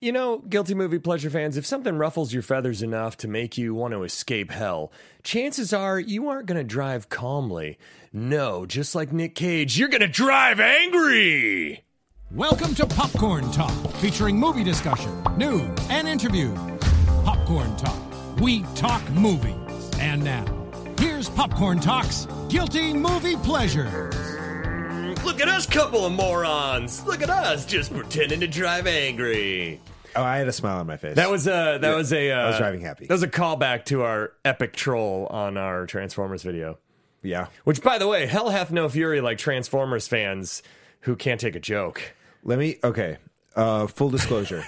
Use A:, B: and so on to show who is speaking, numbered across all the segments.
A: You know, guilty movie pleasure fans, if something ruffles your feathers enough to make you want to escape hell, chances are you aren't going to drive calmly. No, just like Nick Cage, you're going to drive angry!
B: Welcome to Popcorn Talk, featuring movie discussion, news, and interviews. Popcorn Talk, we talk movies. And now, here's Popcorn Talk's Guilty Movie Pleasures.
A: Look at us, couple of morons! Look at us, just pretending to drive angry.
C: Oh, I had a smile on my face.
A: That was a that was a uh,
C: I was driving happy.
A: That was a callback to our epic troll on our Transformers video.
C: yeah.
A: Which, by the way, hell hath no fury like Transformers fans who can't take a joke.
C: Let me. Okay. Uh, full disclosure.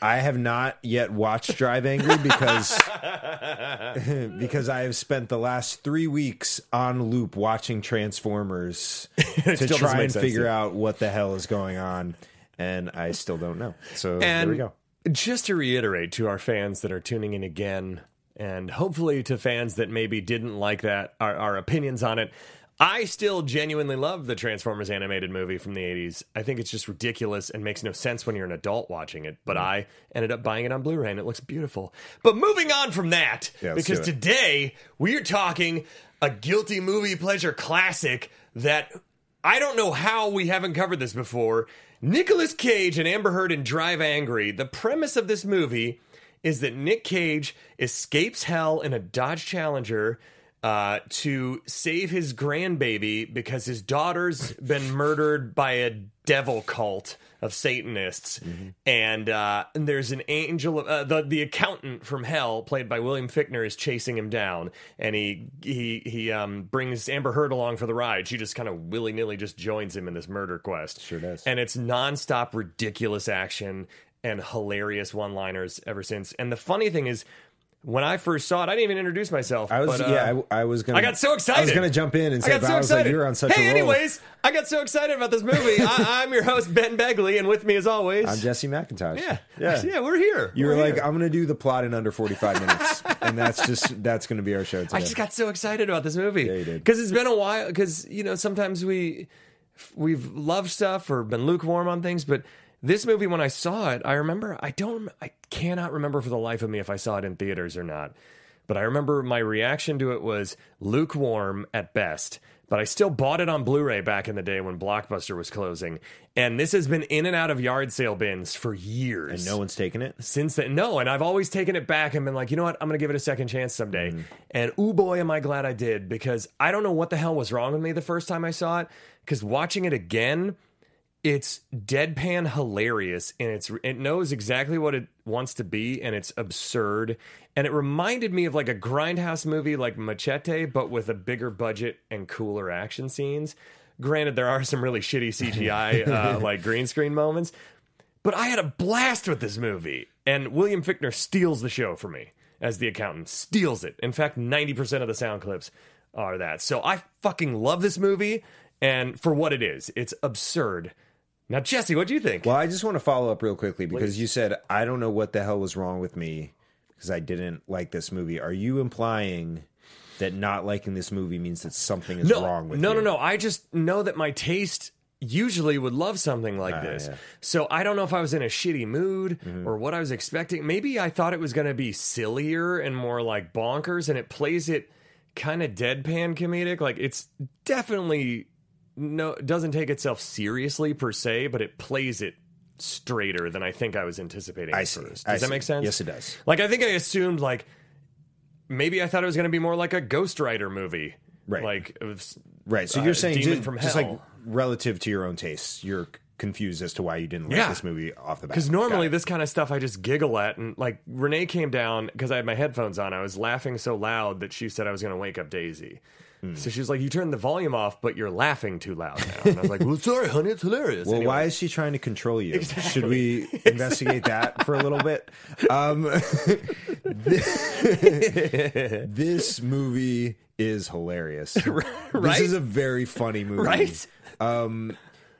C: I have not yet watched Drive Angry because because I have spent the last three weeks on loop watching Transformers to
A: doesn't
C: try
A: make
C: and
A: sense,
C: figure
A: yeah.
C: out what the hell is going on, and I still don't know. So
A: And
C: there we go.
A: Just to reiterate to our fans that are tuning in again, and hopefully to fans that maybe didn't like that, our, our opinions on it. I still genuinely love the Transformers animated movie from the 80s. I think it's just ridiculous and makes no sense when you're an adult watching it, but I ended up buying it on Blu ray and it looks beautiful. But moving on from that,
C: Yeah, let's
A: because
C: do it.
A: today we're talking a guilty movie pleasure classic that I don't know how we haven't covered this before. Nicolas Cage and Amber Heard in Drive Angry. The premise of this movie is that Nick Cage escapes hell in a Dodge Challenger uh, to save his grandbaby because his daughter's been murdered by a devil cult of Satanists, and uh, and there's an angel. Uh, the the accountant from hell, played by William Fickner, is chasing him down, and he he he um, brings Amber Heard along for the ride. She just kind of willy nilly just joins him in this murder quest.
C: Sure does.
A: And it's nonstop ridiculous action and hilarious one liners ever since. And the funny thing is. When I first saw it, I didn't even introduce myself.
C: I was
A: but, uh,
C: yeah. I, I was gonna.
A: I got so excited.
C: I was gonna jump in and say,
A: I got
C: but
A: so
C: I was
A: excited.
C: like, you were on such
A: hey,
C: a roll.
A: anyways, I got so excited about this movie. I, I'm your host Ben Begley, and with me as always,
C: I'm Jesse McIntosh.
A: yeah,
C: yeah.
A: yeah, we're here.
C: You were
A: We're
C: like,
A: here.
C: I'm gonna do the plot in under 45 minutes, and that's just that's gonna be our show today.
A: I just got so excited about this movie.
C: you did.
A: Because it's been a while. Because you know, sometimes we we've loved stuff or been lukewarm on things, but this movie, when I saw it, I remember I don't, I cannot remember for the life of me if I saw it in theaters or not. But I remember my reaction to it was lukewarm at best. But I still bought it on Blu-ray back in the day when Blockbuster was closing, and this has been in and out of yard sale bins for years
C: and no one's taking it.
A: since then. No, and I've always taken it back and been like, you know what? I'm going to give it a second chance someday. And ooh boy, am I glad I did because I don't know what the hell was wrong with me the first time I saw it. Because watching it again, it's deadpan hilarious and it's it knows exactly what it wants to be and it's absurd and it reminded me of like a grindhouse movie like machete but with a bigger budget and cooler action scenes granted there are some really shitty cgi uh, like green screen moments but I had a blast with this movie. And William Fickner steals the show for me as the accountant, steals it. In fact, 90% of the sound clips are that. So I fucking love this movie and for what it is. It's absurd. Now, Jesse, what do you think?
C: Well, I just want to follow up real quickly because you said I don't know what the hell was wrong with me because I didn't like this movie. Are you implying that not liking this movie means that something is
A: no,
C: wrong with
A: no,
C: you?
A: no, no. I just know that my taste usually would love something like this.
C: yeah. Mm-hmm.
A: So I don't know if I was in a shitty mood or what I was expecting. Maybe I thought it was going to be sillier and more like bonkers, and it plays it kind of deadpan comedic. Like it's definitely no doesn't take itself seriously per se, but it plays it straighter than I think I was anticipating.
C: I
A: at
C: see.
A: First. Does
C: I
A: that
C: see.
A: make sense?
C: Yes, it does.
A: Like I think I assumed like maybe I thought it was going to be more like a Ghost Rider movie.
C: Right.
A: Like it was-
C: Right. So
A: uh,
C: you're saying
A: Demon
C: just,
A: from
C: just, like
A: Hell.
C: relative to your own tastes, you're confused as to why you didn't like
A: Yeah.
C: this movie off the bat.
A: Because normally
C: Got it.
A: this kind of stuff I just giggle at, and like Renee came down because I had my headphones on. I was laughing so loud that she said I was going to wake up Daisy.
C: Hmm.
A: So she was like, "You turned the volume off, but you're laughing too loud now." And I was like, "Well, sorry, honey, it's hilarious."
C: Well,
A: Anyway,
C: why is she trying to control you? Should we investigate that for a little bit? Um, thi- this movie is hilarious.
A: Right?
C: This is a very funny movie.
A: Right?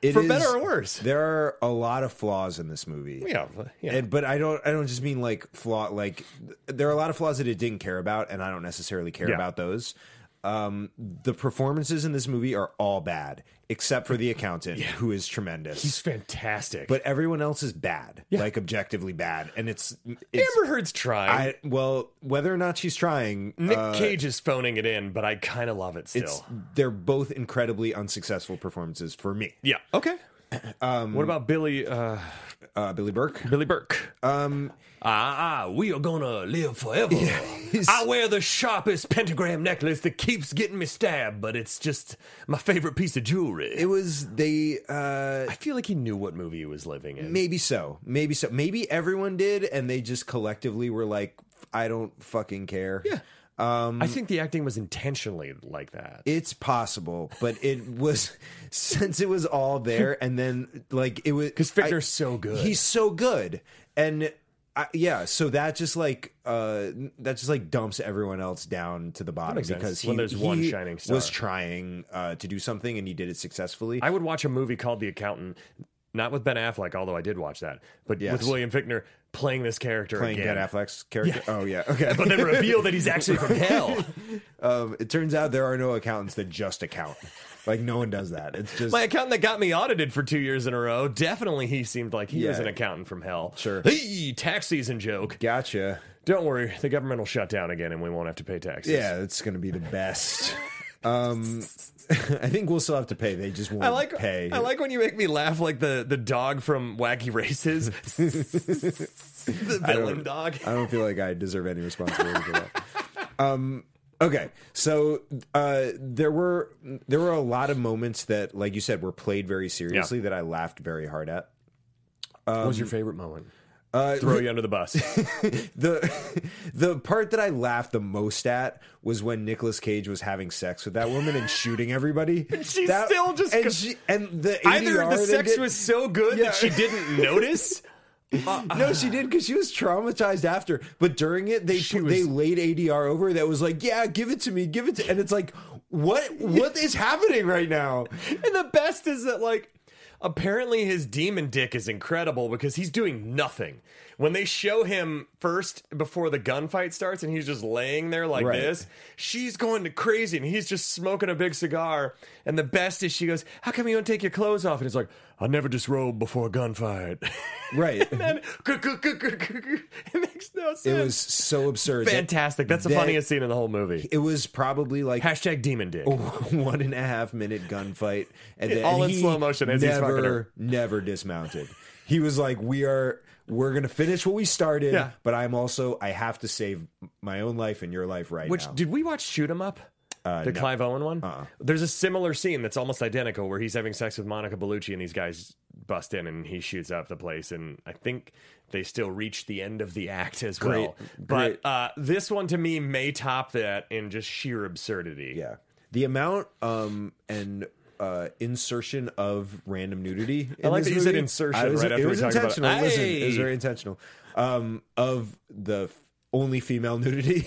C: It
A: For
C: is-
A: better or worse.
C: There are a lot of flaws in this movie.
A: Yeah, yeah.
C: And, but I don't. I don't just mean like flaw. Like th- there are a lot of flaws that it didn't care about, and I don't necessarily care
A: Yeah.
C: about those. Um, the performances in this movie are all bad, except for the accountant, who is tremendous.
A: He's fantastic.
C: but everyone else is bad, like objectively bad, and it's it's.
A: Amber Heard's trying.
C: I, well, whether or not she's trying,
A: Nick
C: uh,
A: Cage is phoning it in, but I kind of love it still.
C: it's they're both incredibly unsuccessful performances for me.
A: yeah. Okay. Um, what about Billy uh,
C: Uh, Billy Burke,
A: Billy Burke? Um, ah, ah, we are gonna live forever. I wear the sharpest pentagram necklace that keeps getting me stabbed, but it's just my favorite piece of jewelry.
C: it was they. Uh,
A: I feel like he knew what movie he was living in.
C: Maybe so. Maybe so. Maybe everyone did, and they just collectively were like, "I don't fucking care." Yeah,
A: I think the acting was intentionally like that.
C: it's possible, but it was since it was all there, and then like it was because
A: Fichtner's so good.
C: He's so good, and I, yeah, so that just like uh that just like dumps everyone else down to the bottom
A: makes sense.
C: because he,
A: When there's one
C: he
A: shining star.
C: was trying uh to do something and he did it successfully.
A: I would watch a movie called The Accountant, not with Ben Affleck, although I did watch that, but
C: Yes.
A: with William Fichtner playing this character
C: playing
A: again.
C: Ben Affleck's character. Oh yeah, okay.
A: But then reveal that he's actually from hell.
C: Um, it turns out there are no accountants that just account. Like no one does that. It's just
A: My accountant that got me audited for two years in a row, definitely he seemed like he was
C: Yeah.
A: an accountant from hell.
C: Sure.
A: Hey, tax season joke.
C: gotcha.
A: Don't worry, the government will shut down again and we won't have to pay taxes.
C: Yeah, it's gonna be the best. Um, I think we'll still have to pay. They just won't
A: I like
C: pay.
A: I like when you make me laugh like the, the dog from Wacky Races. the villain dog.
C: I don't feel like I deserve any responsibility for that. Um, okay, so uh, there were there were a lot of moments that, like you said, were played very seriously that I laughed very hard at. Um,
A: what was your favorite moment?
C: uh,
A: Throw you under the bus.
C: the the part that I laughed the most at was when Nicolas Cage was having sex with that woman and shooting everybody.
A: she's
C: That-
A: still just go-
C: and, she, and the
A: Either
C: ADR
A: the
C: they
A: sex
C: did-
A: was so good
C: Yeah.
A: that she didn't notice.
C: no, she did because she was traumatized after. But during it, they
A: She
C: put-
A: was-
C: they laid ADR over her that was like, "Yeah, give it to me, give it," to, and it's like, what what is happening right now?
A: And the best is that, like, apparently his demon dick is incredible because he's doing nothing. When they show him first before the gunfight starts and he's just laying there like
C: Right.
A: this, she's going to crazy and he's just smoking a big cigar. And the best is she goes, How come you don't take your clothes off? And he's like, I never disrobe before a gunfight.
C: Right.
A: and it makes no sense.
C: It was so absurd. that-
A: fantastic. That's the
C: that-
A: funniest scene in the whole movie.
C: It Oh, was probably like
A: Hashtag demon dick.
C: one and a half minute gunfight, and then
A: All in
C: he
A: slow motion as he's
C: never,
A: fucking her.
C: never dismounted. He was like, "We are, we're gonna finish what we started,
A: Yeah.
C: but I'm also, I have to save my own life and your life right
A: Which
C: now."
A: did we watch Shoot 'Em Up?
C: Uh,
A: the Clive Owen one.
C: Uh-uh.
A: There's a similar scene that's almost identical where he's having sex with Monica Bellucci and these guys bust in and he shoots up the place and I think they still reach the end of the act as well.
C: great.
A: But uh, this one to me may top that in just sheer absurdity.
C: yeah, the amount um and. Uh, insertion of random nudity. In
A: like
C: this
A: that you said
C: movie.
A: insertion
C: I was,
A: right after
C: it
A: we
C: was
A: talked about it.
C: intentional. Listen, it was
A: Hey!
C: very intentional. Um, of the f- only female nudity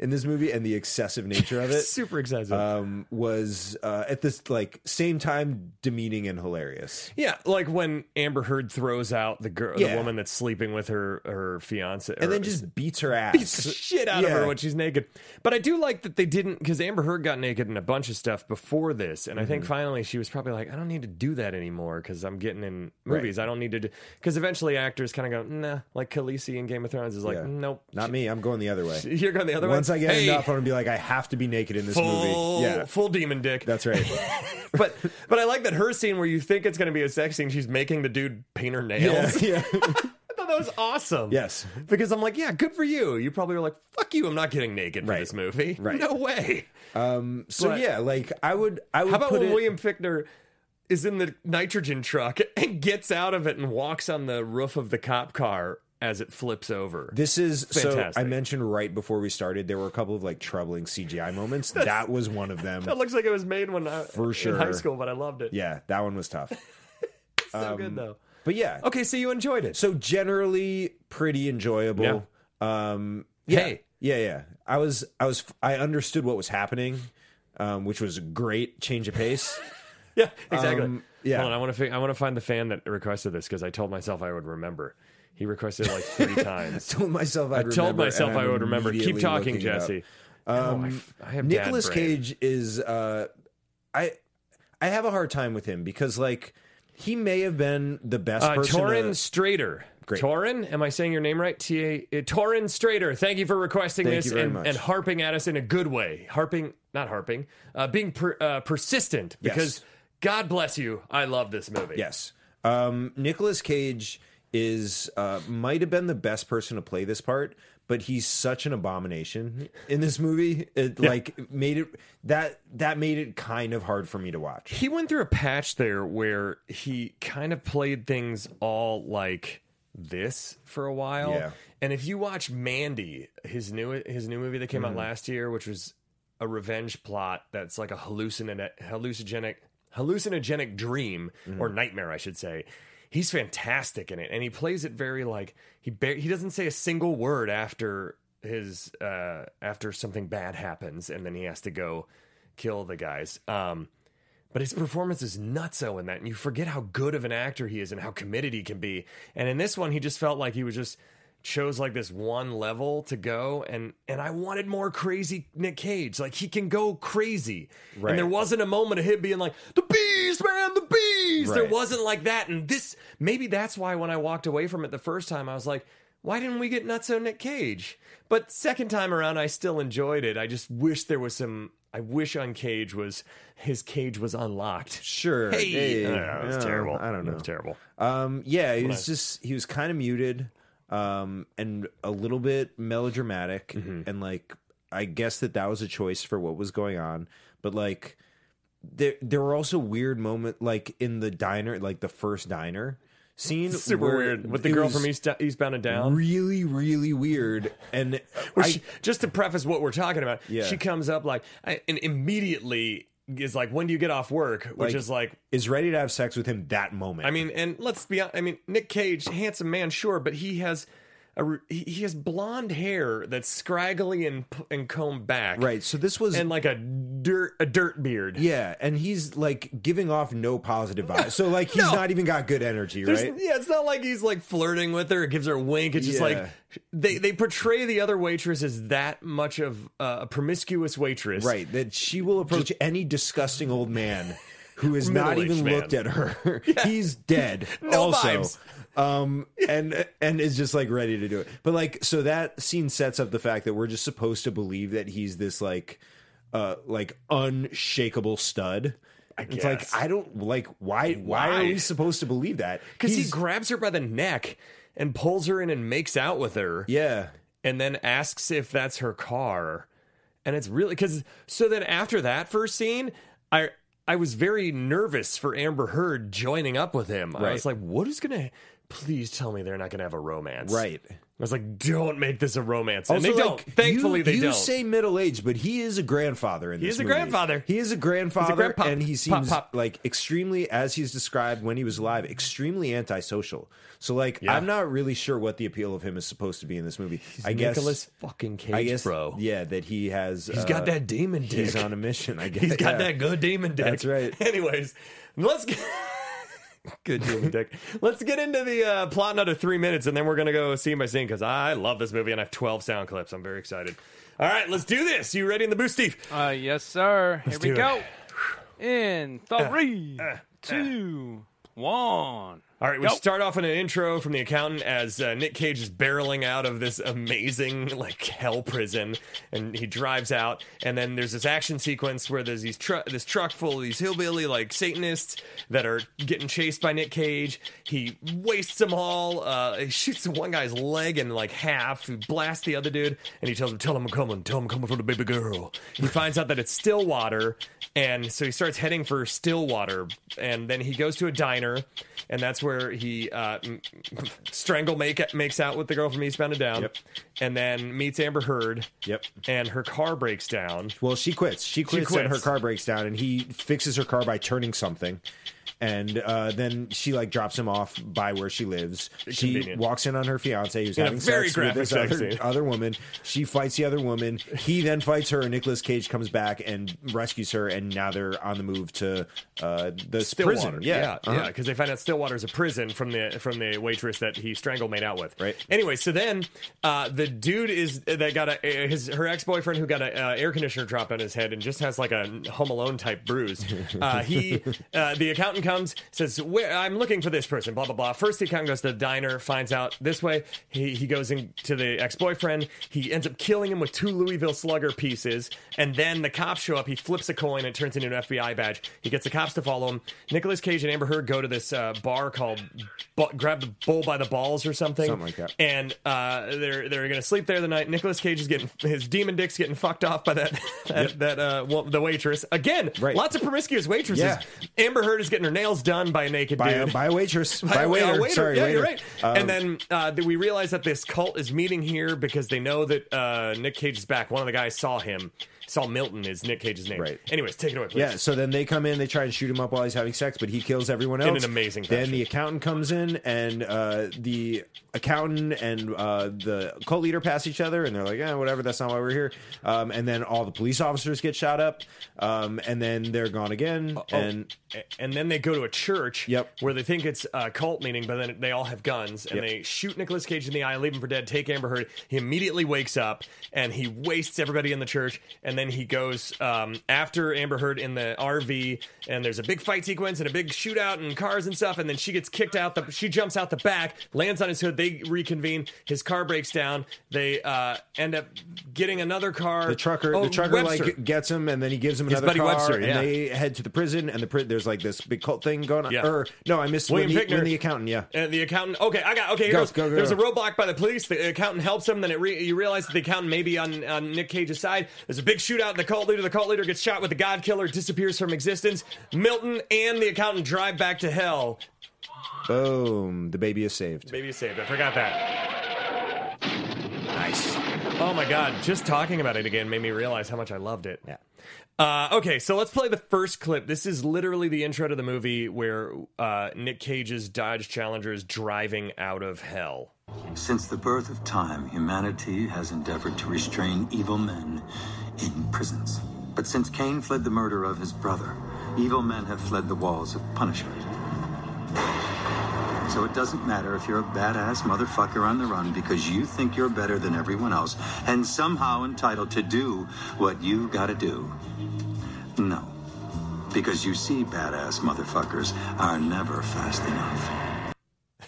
C: in this movie and the excessive nature of it.
A: Super excessive.
C: um, was uh, at this like same time demeaning and hilarious.
A: yeah, like when Amber Heard throws out the girl,
C: Yeah.
A: the woman that's sleeping with her her fiance,
C: And then just beats her ass.
A: beats the shit out of
C: Yeah.
A: her when she's naked. But I do like that they didn't because Amber Heard got naked in a bunch of stuff before this, and I think
C: Mm-hmm.
A: finally she was probably like, I don't need to do that anymore because I'm getting in movies. I don't need to because eventually actors kind of go, nah, like Khaleesi in Game of Thrones is like,
C: Yeah.
A: nope,
C: Not me. I'm going the other way.
A: you're going the other way.
C: Once I get
A: Hey,
C: enough, I'm gonna be like, I have to be naked in this
A: full,
C: movie. Yeah,
A: full demon dick.
C: that's right.
A: but but I like that her scene where you think it's going to be a sex scene, she's making the dude paint her
C: yeah,
A: nails.
C: yeah.
A: I thought that was awesome.
C: Yes.
A: Because I'm like, yeah, good for you. You probably were like, fuck you, I'm not getting naked
C: Right.
A: for this movie.
C: Right.
A: No way.
C: So
A: But-
C: yeah, like I would. I would.
A: How about
C: put
A: when
C: it-
A: William Fichtner is in the nitrogen truck and gets out of it and walks on the roof of the cop car as it flips over?
C: This is so. I
A: Fantastic.
C: mentioned right before we started, there were a couple of like troubling CGI moments. that was one of them.
A: that looks like it was made when I
C: For
A: in high
C: sure.
A: school, but I loved it.
C: Yeah, um, that one was tough.
A: It's so good though.
C: But yeah,
A: Okay, so you enjoyed it.
C: so generally pretty enjoyable. Um, yeah,
A: Hey.
C: yeah, yeah. I was, I was, I understood what was happening, um, which was a great change of pace.
A: Yeah, exactly.
C: Um, yeah.
A: Hold on, I want to fi- I want to find the fan that requested this because I told myself I would remember. He requested it like three times.
C: told myself I'd
A: I told
C: remember,
A: myself
C: and I'm
A: I would remember. Keep
C: immediately
A: talking,
C: looking it up.
A: Jesse. Um, I, have dad
C: Nicholas
A: brain.
C: Cage is uh I I have a hard time with him because like he may have been the best
A: Uh,
C: person. to-
A: Torin Strader.
C: Great.
A: Torin, am I saying your name right? T A. uh, Torin Strader. Thank you for requesting
C: Thank
A: this
C: you very
A: and,
C: much.
A: and harping at us in a good way. Harping, not harping, uh, being per, uh, persistent because
C: Yes.
A: God bless you. I love this movie.
C: Yes. Um, Nicholas Cage is uh, might have been the best person to play this part, but he's such an abomination in this movie. It like made it that that made it kind of hard for me to watch.
A: He went through a patch there where he kind of played things all like this for a while.
C: Yeah.
A: And if you watch Mandy, his new his new movie that came out last year, which was a revenge plot that's like a hallucinogenic hallucinogenic hallucinogenic dream or nightmare, I should say. He's fantastic in it, and he plays it very like he bar- he doesn't say a single word after his uh, after something bad happens, and then he has to go kill the guys. Um, but his performance is nutso in that, and you forget how good of an actor he is and how committed he can be. And in this one, he just felt like he was just chose like this one level to go, and and I wanted more crazy Nick Cage. Like he can go crazy,
C: Right.
A: and there wasn't a moment of him being like the beast, man, the beast. There
C: Right.
A: wasn't like that, and this maybe that's why when I walked away from it the first time, I was like. Why didn't we get nutso Nick Cage? But second time around, I still enjoyed it. I just wish there was some. I wish on Cage was his cage was unlocked.
C: Sure.
A: Hey,
C: Hey.
A: I don't know, it was
C: Yeah,
A: terrible.
C: I don't
A: It was
C: know.
A: terrible.
C: Um, yeah, he was just he was kind of muted, um, and a little bit melodramatic,
A: Mm-hmm.
C: and like I guess that that was a choice for what was going on, but like there there were also weird moments like in the diner, like the first diner scene,
A: Super
C: where
A: weird with the
C: it
A: girl
C: was
A: from East, uh, Eastbound and Down.
C: Really, really weird, and
A: Where
C: I-
A: she- just to preface what we're talking about,
C: Yeah.
A: she comes up like I- and immediately is like, "When do you get off work?" Which
C: Like-
A: is like,
C: is ready to have sex with him that moment.
A: I mean, and let's be honest. I mean, Nick Cage, handsome man, sure, but he has a re- he he has blonde hair that's scraggly and p- and combed back,
C: right? So this was
A: And like a dirt a dirt beard.
C: Yeah, and he's like giving off no positive vibes. So like he's
A: No.
C: not even got good energy,
A: There's-
C: right?
A: Yeah, it's not like he's like flirting with her, or gives her a wink. It's just
C: Yeah.
A: like they they portray the other waitress as that much of uh, a promiscuous waitress,
C: Right, that she will approach any disgusting old man who has not
A: Middle-aged
C: even
A: man.
C: looked at her. He's dead.
A: No
C: also.
A: vibes.
C: Um and and is just like ready to do it. But like so that scene sets up the fact that we're just supposed to believe that he's this like uh like unshakable stud. It's like
A: guess.
C: I don't like why why, are
A: Why?
C: we supposed to believe that?
A: Because he
C: He's-
A: grabs her by the neck and pulls her in and makes out with her,
C: yeah.
A: and then asks if that's her car. And it's really because so then after that first scene, I I was very nervous for Amber Heard joining up with him. I
C: Right.
A: was like, what is gonna? Please tell me they're not gonna have a romance,
C: Right.
A: I was like, don't make this a romance. And
C: Also,
A: they
C: like,
A: don't. Thankfully,
C: you,
A: they
C: you
A: don't.
C: say middle age, but he is a grandfather in this.
A: is a
C: movie.
A: grandfather.
C: He is a grandfather,
A: grandpop.
C: and he
A: Pop,
C: seems
A: pop.
C: like extremely, as he's described when he was alive, extremely antisocial. So, like,
A: Yeah.
C: I'm not really sure what the appeal of him is supposed to be in this movie. I guess,
A: Nicholas fucking Cage,
C: I guess,
A: bro.
C: yeah, that he has. uh,
A: He's got that demon dick.
C: He's on a mission. I guess
A: He's got
C: yeah.
A: that good demon dick.
C: That's right.
A: Anyways, let's get good demon dick. Let's get into the uh, plot in under three minutes, and then we're gonna go scene by scene because I love this movie and I have twelve sound clips. I'm very excited. All right, let's do this. You ready in the booth, Steve?
D: Uh, yes, sir. Here we
A: do
D: go. In three, two, one.
A: All right, we
D: Go.
A: start off in an intro from the accountant as uh, Nick Cage is barreling out of this amazing like hell prison, and he drives out. And then there's this action sequence where there's these tru- this truck full of these hillbilly like Satanists that are getting chased by Nick Cage. He wastes them all. Uh, he shoots one guy's leg in like half. He blasts the other dude, and he tells him, "Tell him I'm coming. Tell him I'm coming for the baby girl." He finds out that it's Stillwater, and so he starts heading for Stillwater, and then he goes to a diner, and that's where he uh, m- strangle make makes out with the girl from Eastbound and Down,
C: Yep.
A: and then meets Amber Heard.
C: Yep.
A: And her car breaks down.
C: Well, she quits. She quits, and her
A: quits.
C: car breaks down, and he fixes her car by turning something. And uh, then she like drops him off by where she lives. She
A: Convenient.
C: walks in on her fiance who's
A: In a
C: having
A: very
C: sex with this
A: graphic sex
C: other,
A: scene.
C: other woman. She fights the other woman. He then fights her, and Nicolas Cage comes back and rescues her. And now they're on the move to uh, the
A: Stillwater.
C: prison.
A: yeah,
C: Uh-huh.
A: yeah, because they find out Stillwater is a prison from the from the waitress that he strangled made out with.
C: Right.
A: Anyway, so then uh, the dude is uh, that got a his her ex boyfriend who got an uh, air conditioner dropped on his head and just has like a Home Alone type bruise. Uh, he uh, the accountant comes says Where, I'm looking for this person. Blah blah blah. First the accountant goes to the diner, finds out this way. He he goes into the ex boyfriend. He ends up killing him with two Louisville Slugger pieces, and then the cops show up. He flips a coin and it turns into an FBI badge. He gets the cops to follow him. Nicolas Cage and Amber Heard go to this uh, bar called Bu- Grab the Bull by the Balls or something.
C: Something like that.
A: And uh, they're they're gonna sleep there the night. Nicolas Cage is getting his demon dick's getting fucked off by that that, that uh, wo- the waitress again.
C: Right.
A: Lots of promiscuous waitresses.
C: Yeah.
A: Amber Heard is getting her nails done by a naked
C: By a,
A: dude.
C: by a waitress, by,
A: By
C: a waiter. Sorry,
A: yeah,
C: waiter.
A: you're right.
C: Um,
A: and then uh, th- we realize that this cult is meeting here because they know that uh, Nick Cage is back. One of the guys saw him. Saw Milton is Nick Cage's name.
C: Right.
A: Anyways, take it away, please.
C: Yeah, so then they come in, they try and shoot him up while he's having sex, but he kills everyone else.
A: an amazing
C: Then
A: fashion.
C: the accountant comes in, and uh, the accountant and uh, the cult leader pass each other, and they're like, eh, whatever, that's not why we're here. Um, and then all the police officers get shot up, um, and then they're gone again.
A: Oh,
C: And
A: a- and then they go to a church
C: Yep.
A: where they think it's a cult meeting, but then they all have guns and
C: Yep.
A: they shoot Nicolas Cage in the eye, leave him for dead, take Amber Heard. He immediately wakes up and he wastes everybody in the church. And then he goes um, after Amber Heard in the RV, and there's a big fight sequence and a big shootout and cars and stuff. And then she gets kicked out. The, she jumps out the back, lands on his hood. They reconvene. His car breaks down. They uh, end up getting another car.
C: the trucker,
A: Oh,
C: the trucker
A: Webster.
C: like gets him, and then he gives him another
A: buddy
C: car,
A: Webster,
C: and
A: yeah.
C: they head to the prison. And the pri- there's like this big cult thing going on.
A: Yeah.
C: Or no, I missed
A: William
C: William Lynn, the,
A: Fichtner.
C: Lynn the accountant. Yeah,
A: And the accountant, okay, I got okay. Here
C: Go,
A: goes.
C: go, go,
A: There's
C: go.
A: a roadblock by the police. The accountant helps him. Then it re- you realize that the accountant may be on, on Nick Cage's side. There's a big shootout. The cult leader, the cult leader gets shot with the God Killer, disappears from existence. Milton and the accountant drive back to hell.
C: boom, the baby is saved.
A: Maybe you saved. I forgot that.
C: Nice.
A: Oh my God! Just talking about it again made me realize how much I loved it.
C: Yeah.
A: Uh, okay, so let's play the first clip. This is literally the intro to the movie where uh, Nick Cage's Dodge Challenger is driving out of hell.
E: Since the birth of time, humanity has endeavored to restrain evil men in prisons. But since Cain fled the murder of his brother, evil men have fled the walls of punishment. So it doesn't matter if you're a badass motherfucker on the run because you think you're better than everyone else and somehow entitled to do what you gotta do. No. Because you see, badass motherfuckers are never fast enough.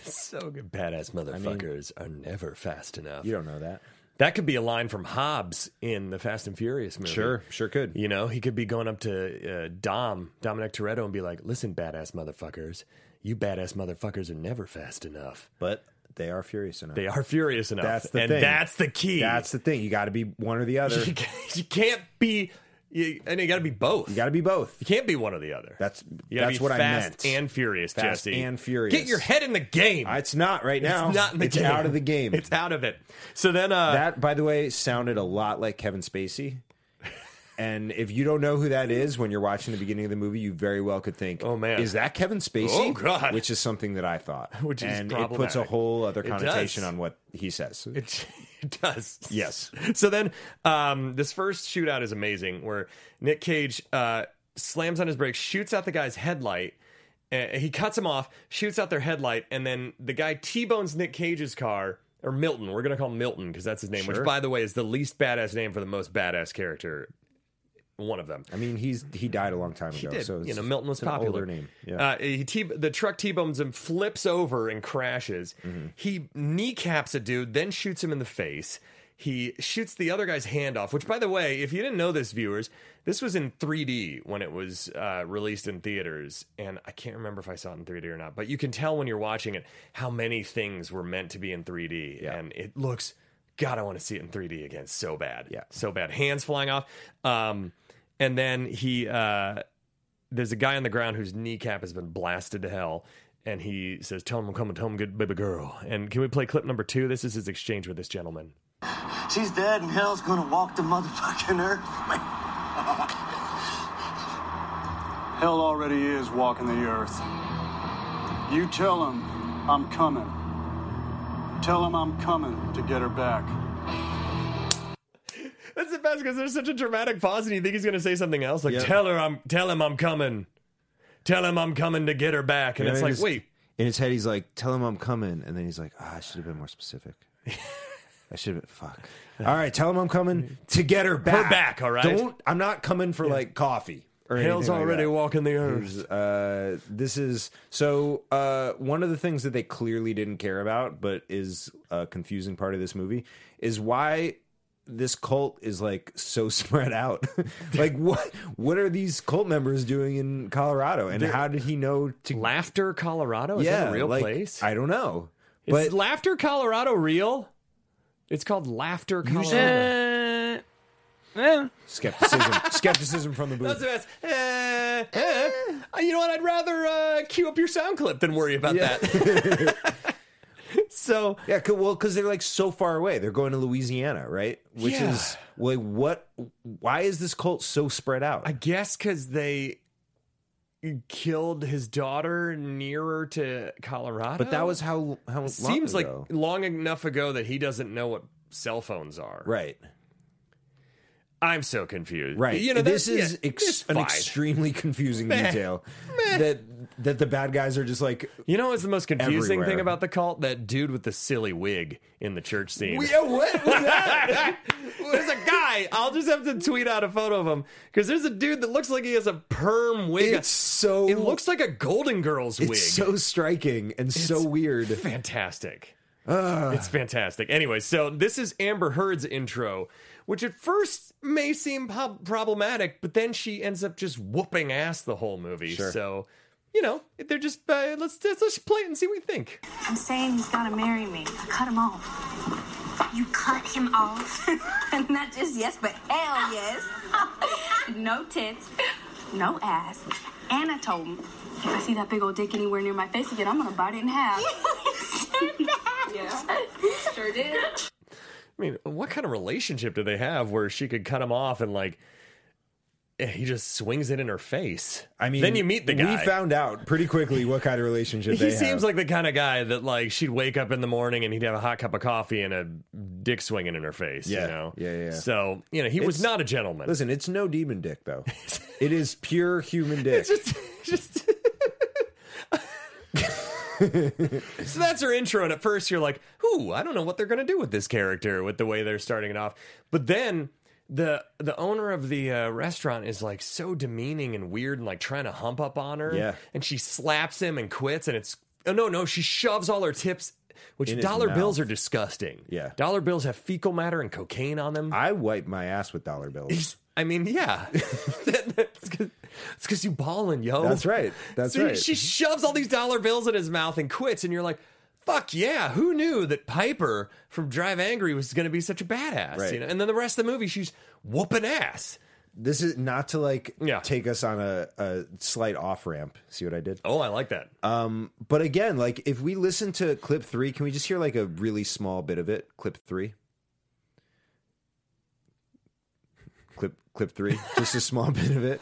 A: So good. Badass motherfuckers are never fast enough.
C: You don't know that.
A: That could be a line from Hobbs in the Fast and Furious movie.
C: Sure, sure could.
A: You know, he could be going up to uh, Dom, Dominic Toretto, and be like, listen, badass motherfuckers, you badass motherfuckers are never fast enough.
C: but they are furious enough.
A: They are furious enough.
C: That's the
A: and
C: thing.
A: that's the key.
C: That's the thing. You got to be one or the other.
A: you
C: you
A: can't- you can't be, you, and you got to be both. You,
C: got to be both.
A: can't be one or the other.
C: That's
A: You gotta
C: that's
A: be
C: what
A: fast
C: I meant.
A: and furious,
C: Fast
A: Jesse.
C: and furious.
A: Get your head in the game.
C: it's not right now.
A: It's not in the
C: It's
A: game.
C: out of the game.
A: It's out of it. So then, uh,
C: that, by the way, sounded a lot like Kevin Spacey. And if you don't know who that is when you're watching the beginning of the movie, you very well could think,
A: Oh, man.
C: is that Kevin Spacey?"
A: Oh, God.
C: which is something that I thought,
A: Which is
C: and it puts a
A: problematic.
C: whole other
A: It does.
C: connotation on what he says.
A: It, it does.
C: Yes.
A: So then, um, this first shootout is amazing, where Nick Cage uh, slams on his brakes, shoots out the guy's headlight. Uh, he cuts him off, shoots out their headlight, and then the guy T-bones Nick Cage's car. Or Milton, we're gonna call him Milton because that's his name,
C: Sure.
A: which, by the way, is the least badass name for the most badass character. One of them.
C: I mean, he's he died a long time ago,
A: He did.
C: so it's,
A: you know, Milton was
C: it's an
A: popular.
C: older name. Yeah.
A: Uh, he t- the truck t-bones him, flips over and crashes.
C: Mm-hmm.
A: He kneecaps a dude, then shoots him in the face. He shoots the other guy's hand off. Which, by the way, if you didn't know this, viewers, this was in 3D when it was uh, released in theaters, and I can't remember if I saw it in 3D or not. But you can tell when you're watching it how many things were meant to be in 3D, and it looks. God, I want to see it in 3D again so bad.
C: Yeah.
A: So bad. Hands flying off. Um, and then he uh, there's a guy on the ground whose kneecap has been blasted to hell and he says tell him i'm coming tell him good baby girl and can we play clip number two this is his exchange with this gentleman
E: She's dead and hell's gonna walk the motherfucking earth.
F: Hell already is walking the earth. You tell him I'm coming. Tell him I'm coming to get her back.
A: That's the best because there's such a dramatic pause, and you think he's going to say something else. Like,
C: Yep.
A: tell her I'm, tell him I'm coming, tell him I'm coming to get her back, and
C: You know,
A: it's
C: in
A: like,
C: his-
A: wait,
C: In his head, he's like, "Tell him I'm coming," and then he's like, "Ah, I should have been more specific. I should have been fuck. All right, tell him I'm coming to get her back.
A: back, all right?
C: Don't. I'm not coming for like coffee or
A: Hell's
C: anything like
A: already
C: that.
A: walking the earth.
C: There's, uh, this is so uh, one of the things that they clearly didn't care about, but is a confusing part of this movie is why this cult is like so spread out. like what what are these cult members doing in Colorado, and how did he know to?
A: Laughter, Colorado. Is
C: yeah,
A: that a real
C: like,
A: place?
C: I don't know,
A: Is
C: but
A: Laughter, Colorado real? It's called Laughter, Colorado.
D: Eh, eh.
C: skepticism skepticism from the
A: That's
C: booth.
A: the best. Eh, eh. Uh, You know what? I'd rather uh, queue up your sound clip than worry about
C: Yeah.
A: that. so
C: Yeah, 'cause- well, because they're like so far away. They're going to Louisiana, right? Which
A: Yeah.
C: is like what? Why is this cult so spread out?
A: I guess because they killed his daughter nearer to Colorado.
C: But that was how how long
A: seems like
C: ago.
A: long enough ago that he doesn't know what cell phones are.
C: right,
A: I'm so confused.
C: right.
A: You know,
C: this
A: that's-
C: is
A: yeah,
C: ex-
A: it's
C: an
A: fine.
C: extremely confusing detail that that the bad guys are just like.
A: You know what's the most confusing thing
C: Everywhere.
A: about the cult? That dude with the silly wig in the church scene.
C: Yeah, what? was that?
A: there's a guy. I'll just have to tweet out a photo of him because there's a dude that looks like he has a perm wig.
C: it's so.
A: it looks like a Golden Girls
C: it's
A: wig.
C: so striking and so weird.
A: fantastic.
C: Ah.
A: it's fantastic. Anyway, so this is Amber Heard's intro, which at first may seem prob- problematic, but then she ends up just whooping ass the whole movie. So, you know, they're just uh, let's, let's let's play it and see what we think.
G: I'm saying he's gotta marry me. I cut him off.
H: You cut him off?
G: Not just yes, but hell yes. no tits, no ass. And I told him if I see that big old dick anywhere near my face again, I'm gonna bite it in half. yeah, sure did.
A: I mean, what kind of relationship do they have where she could cut him off and like eh, he just swings it in her face?
C: I mean,
A: then you meet the guy.
C: We found out pretty quickly what kind of relationship
A: he
C: they
A: seems
C: have.
A: like the kind of guy that like she'd wake up in the morning and he'd have a hot cup of coffee and a dick swinging in her face.
C: Yeah.
A: you know,
C: Yeah, yeah.
A: So you know, he was
C: It's-
A: not a gentleman.
C: Listen, it's no demon dick though. it is pure human dick.
A: It's just, just. so that's her intro, and at first you're like, "Ooh, I don't know what they're gonna do with this character with the way they're starting it off." But then the the owner of the uh, restaurant is like so demeaning and weird, and like trying to hump up on her.
C: Yeah.
A: and she slaps him and quits, and it's oh no no, she shoves all her tips. Which
C: In his
A: dollar bills are
C: mouth.
A: disgusting.
C: Yeah.
A: dollar bills have fecal matter and cocaine on them.
C: I wipe my ass with dollar bills.
A: I mean, yeah. That's because you balling, yo.
C: That's right. That's
A: So
C: right.
A: She shoves all these dollar bills in his mouth and quits, and you're like, fuck yeah, who knew that Piper from Drive Angry was going to be such a badass?
C: Right.
A: You know? And then the rest of the movie, she's whooping ass.
C: this is not to like
A: Yeah.
C: take us on a, a slight off ramp. See what I did?
A: Oh, I like that.
C: But again, like if we listen to clip three, can we just hear like a really small bit of it? Clip three. Clip clip three. just a small bit of it.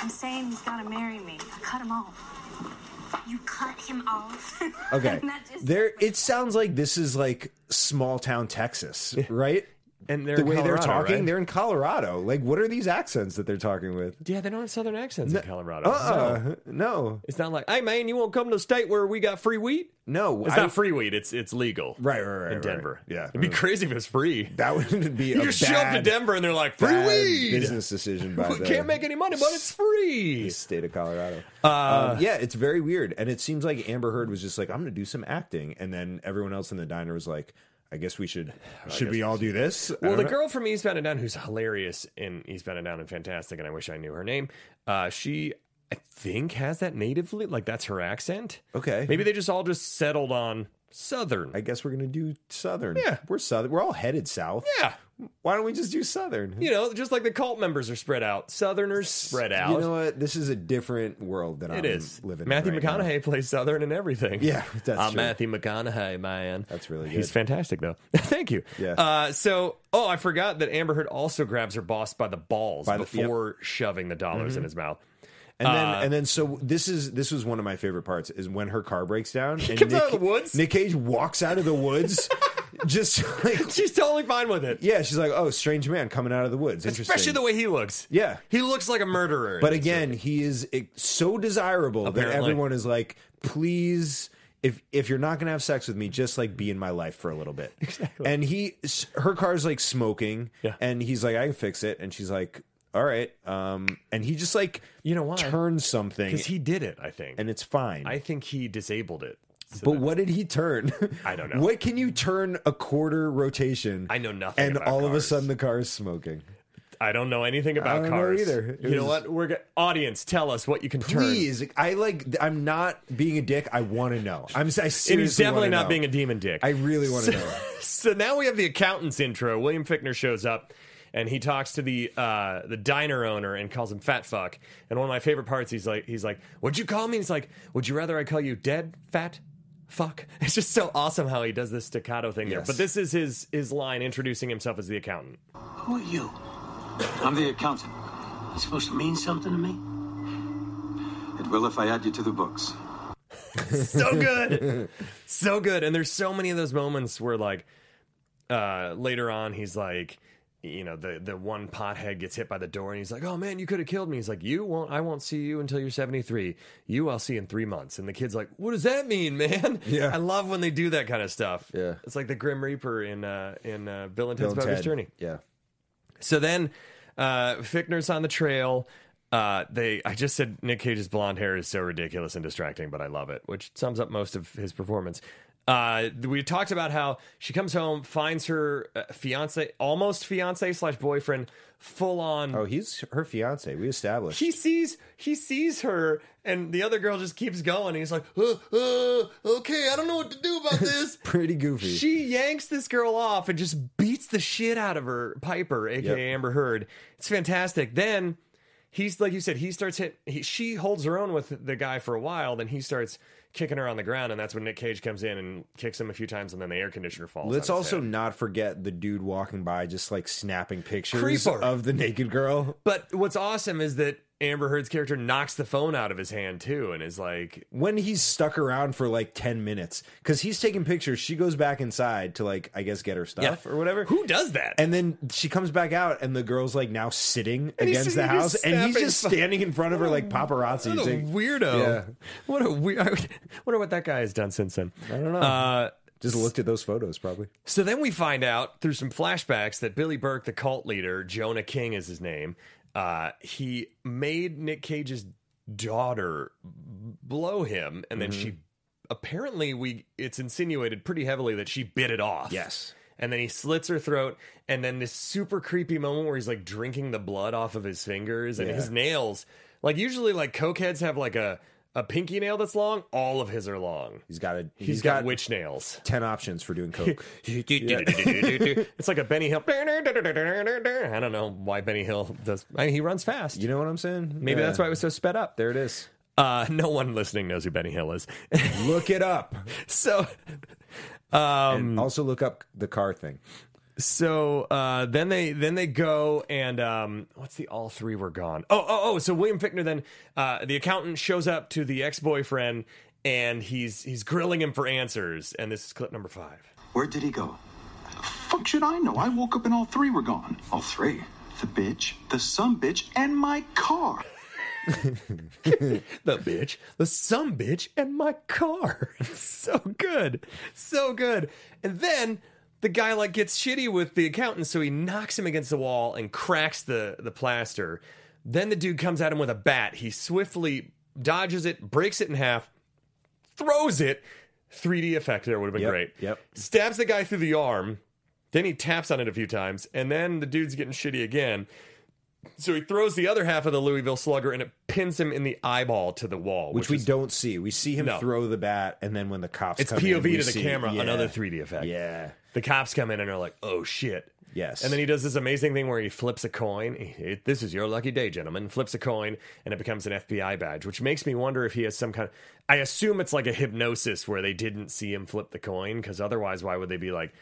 G: I'm saying he's gotta marry me. I cut him off.
H: You cut him off?
C: Okay.
G: Not just-
C: There it sounds like this is like small town Texas, right?
A: and they're
C: The
A: in
C: way they're
A: Colorado,
C: talking,
A: right?
C: they're in Colorado. Like what are these accents that they're talking with?
A: yeah, they don't have Southern accents in Colorado.
C: Uh-uh.
A: No.
C: No.
A: It's not like, hey, man, you won't come to a state where we got free weed?
C: No.
A: It's
C: I-
A: not free weed. It's it's legal.
C: Right, right, right,
A: In
C: right.
A: Denver.
C: Yeah.
A: It'd be crazy if it was free.
C: that would be a
A: Mm. You just show up to
C: bad-
A: Denver and they're like, free
C: bad
A: weed.
C: business decision by
A: We
C: the
A: can't make any money, but it's free.
C: state of Colorado.
A: Uh,
C: um, yeah, it's very weird, and it seems like Amber Heard was just like, "I'm going to do some acting," and then everyone else in the diner was like, "I guess we should should we all do this?" I
A: Well,
C: don't
A: the
C: know.
A: girl from Eastbound and Down, who's hilarious in Eastbound and Down and fantastic, and I wish I knew her name. Uh, she, I think, has that natively. Like that's her accent.
C: Okay.
A: Maybe they just all just settled on Southern.
C: I guess we're going to do Southern.
A: Yeah.
C: we're Southern. We're all headed south.
A: yeah.
C: Why don't we just do Southern?
A: You know, just like the cult members are spread out, Southerners spread out.
C: You know what? This is a different world that
A: it
C: I'm
A: is.
C: living.
A: Matthew
C: in right now.
A: McConaughey plays Southern and everything.
C: Yeah, that's
A: I'm
C: true.
A: Matthew McConaughey, man.
C: That's really
A: He's
C: good.
A: fantastic, though. Thank you.
C: Yeah.
A: Uh, so, oh, I forgot that Amber Heard also grabs her boss by the balls
C: By the- Mm-hmm.
A: before shoving the dollars in his mouth.
C: And then and then so this is this was one of my favorite parts is when her car breaks down. He and
A: comes out of the woods?
C: Nick Cage walks out of the woods, just like
A: She's totally fine with it.
C: yeah. She's like, oh, strange man coming out of the woods. Interesting.
A: Especially the way he looks.
C: Yeah.
A: He looks like a murderer. in
C: But
A: this
C: again, he is eh, so desirable
A: Apparently.
C: that everyone is like, please. If, if you're not gonna have sex with me, just like be in my life for a little bit. Exactly. And he, s- her car's like smoking,
A: Yeah.
C: and he's like, I can fix it, and she's like, All right. Um, and he just like,
A: You know why?
C: turns something,
A: Because he did it, I think.
C: and it's fine.
A: I think he disabled it. So
C: but
A: that-
C: what did he turn?
A: I don't know.
C: What can you turn a quarter rotation?
A: I know nothing
C: And
A: about
C: all of a
A: cars.
C: sudden, the car is smoking.
A: I don't know anything about
C: I don't know
A: cars
C: either. It
A: You know
C: was-
A: what? We're go- audience. Tell us what you can turn.
C: Please, I like. I'm not being a dick. I want to know. I'm. I seriously.
A: And he's definitely
C: wanna
A: not
C: know.
A: being a demon dick.
C: I really want to know.
A: so now we have the accountant's intro. William Fickner shows up and he talks to the uh, the diner owner and calls him fat fuck. And one of my favorite parts, he's like, he's like, "What'd you call me?" And he's like, "Would you rather I call you dead fat?" Fuck! It's just so awesome how he does this staccato thing there.
C: Yes.
A: But this is his his line introducing himself as the accountant.
E: Who are you?
F: I'm the accountant.
E: It's supposed to mean something to me? It will if I add you to the books.
A: so good so good and there's so many of those moments where like uh later on he's like you know the the one pothead gets hit by the door and he's like oh man you could have killed me he's like you won't i won't see you until you're 73 you i'll see in three months and the kid's like what does that mean man
C: Yeah.
A: i love when they do that kind of stuff
C: Yeah.
A: it's like the grim reaper in uh in uh bill and ted's
C: Bill and
A: bogus
C: Ted.
A: journey
C: Yeah.
A: so then uh Fickner's on the trail. Uh they I just said Nick Cage's blonde hair is so ridiculous and distracting, but I love it, which sums up most of his performance. Uh, we talked about how she comes home, finds her uh, fiance, almost fiance slash boyfriend, full on
C: Oh, he's her fiance. We established.
A: he sees he sees her and the other girl just keeps going and he's like uh, uh, okay i don't know what to do about this
C: pretty goofy.
A: she yanks this girl off and just beats the shit out of her piper aka
C: Yep.
A: amber heard it's fantastic then he's like you said he starts hit he, she holds her own with the guy for a while then he starts kicking her on the ground and that's when nick cage comes in and kicks him a few times and then the air conditioner falls
C: Let's
A: on his
C: also
A: head.
C: not forget the dude walking by, just like snapping pictures
A: Creeper.
C: of the naked girl.
A: but what's awesome is that amber heard's character knocks the phone out of his hand too and is like
C: When he's stuck around for like ten minutes because he's taking pictures, she goes back inside to like I guess get her stuff
A: Yeah.
C: or whatever.
A: Who does that?
C: And then she comes back out, and the girl's like now sitting
A: And he's
C: against the
A: sitting
C: house,
A: just
C: and he's
A: snapping
C: just
A: pho-
C: standing in front of her like paparazzi.
A: what a
C: saying-
A: weirdo!
C: Yeah.
A: What a weird. I wonder what that guy has done since then. I
C: don't know.
A: Uh,
C: Just looked at those photos, probably.
A: so then we find out through some flashbacks that Billy Burke, the cult leader, Jonah King is his name. Uh, he made Nick Cage's daughter blow him, and then
C: Mm-hmm.
A: she apparently we it's insinuated pretty heavily that she bit it off.
C: Yes.
A: And then he slits her throat, and then this super creepy moment where he's like drinking the blood off of his fingers and
C: Yeah.
A: his nails. Like usually, like cokeheads have like a a pinky nail that's long. All of his are long.
C: He's got a
A: he's got, witch nails.
C: ten options for doing coke.
A: it's like a Benny Hill. I don't know why Benny Hill does. I mean, he runs fast.
C: you know what I'm saying?
A: Maybe that's why it was so sped up.
C: There it is.
A: Uh, no one listening knows who Benny Hill is.
C: Look it up.
A: so Um,
C: And also look up the car thing.
A: So uh, then they then they go and um, what's the all three were gone. Oh oh oh. So William Fickner then uh, the accountant shows up to the ex boyfriend and he's he's grilling him for answers. And this is clip number five.
E: Where did he go? Fuck should I know? I woke up and all three were gone. All three? The bitch, the son bitch, and my car.
A: The bitch, the some bitch, and my car. so good, so good. And then the guy like gets shitty with the accountant, so he knocks him against the wall and cracks the the plaster. Then the dude comes at him with a bat. He swiftly dodges it, breaks it in half, throws it. 3D effect there would have been
C: Yep,
A: great.
C: yep.
A: Stabs the guy through the arm. Then he taps on it a few times, and then the dude's getting shitty again. So he throws the other half of the Louisville Slugger, and it pins him in the eyeball to the wall,
C: Which,
A: which,
C: we
A: is,
C: don't see. We see him
A: No.
C: throw the bat, and then when the cops
A: It's
C: come in,
A: POV
C: we
A: to the
C: see-
A: camera,
C: yeah.
A: another 3D effect.
C: Yeah.
A: The cops come in and are like, "Oh shit."
C: Yes.
A: And then he does this amazing thing where he flips a coin. He- it- this is your lucky day, gentlemen. Flips a coin and it becomes an FBI badge, which makes me wonder if he has some kind of I assume it's like a hypnosis where they didn't see him flip the coin cuz otherwise why would they be like,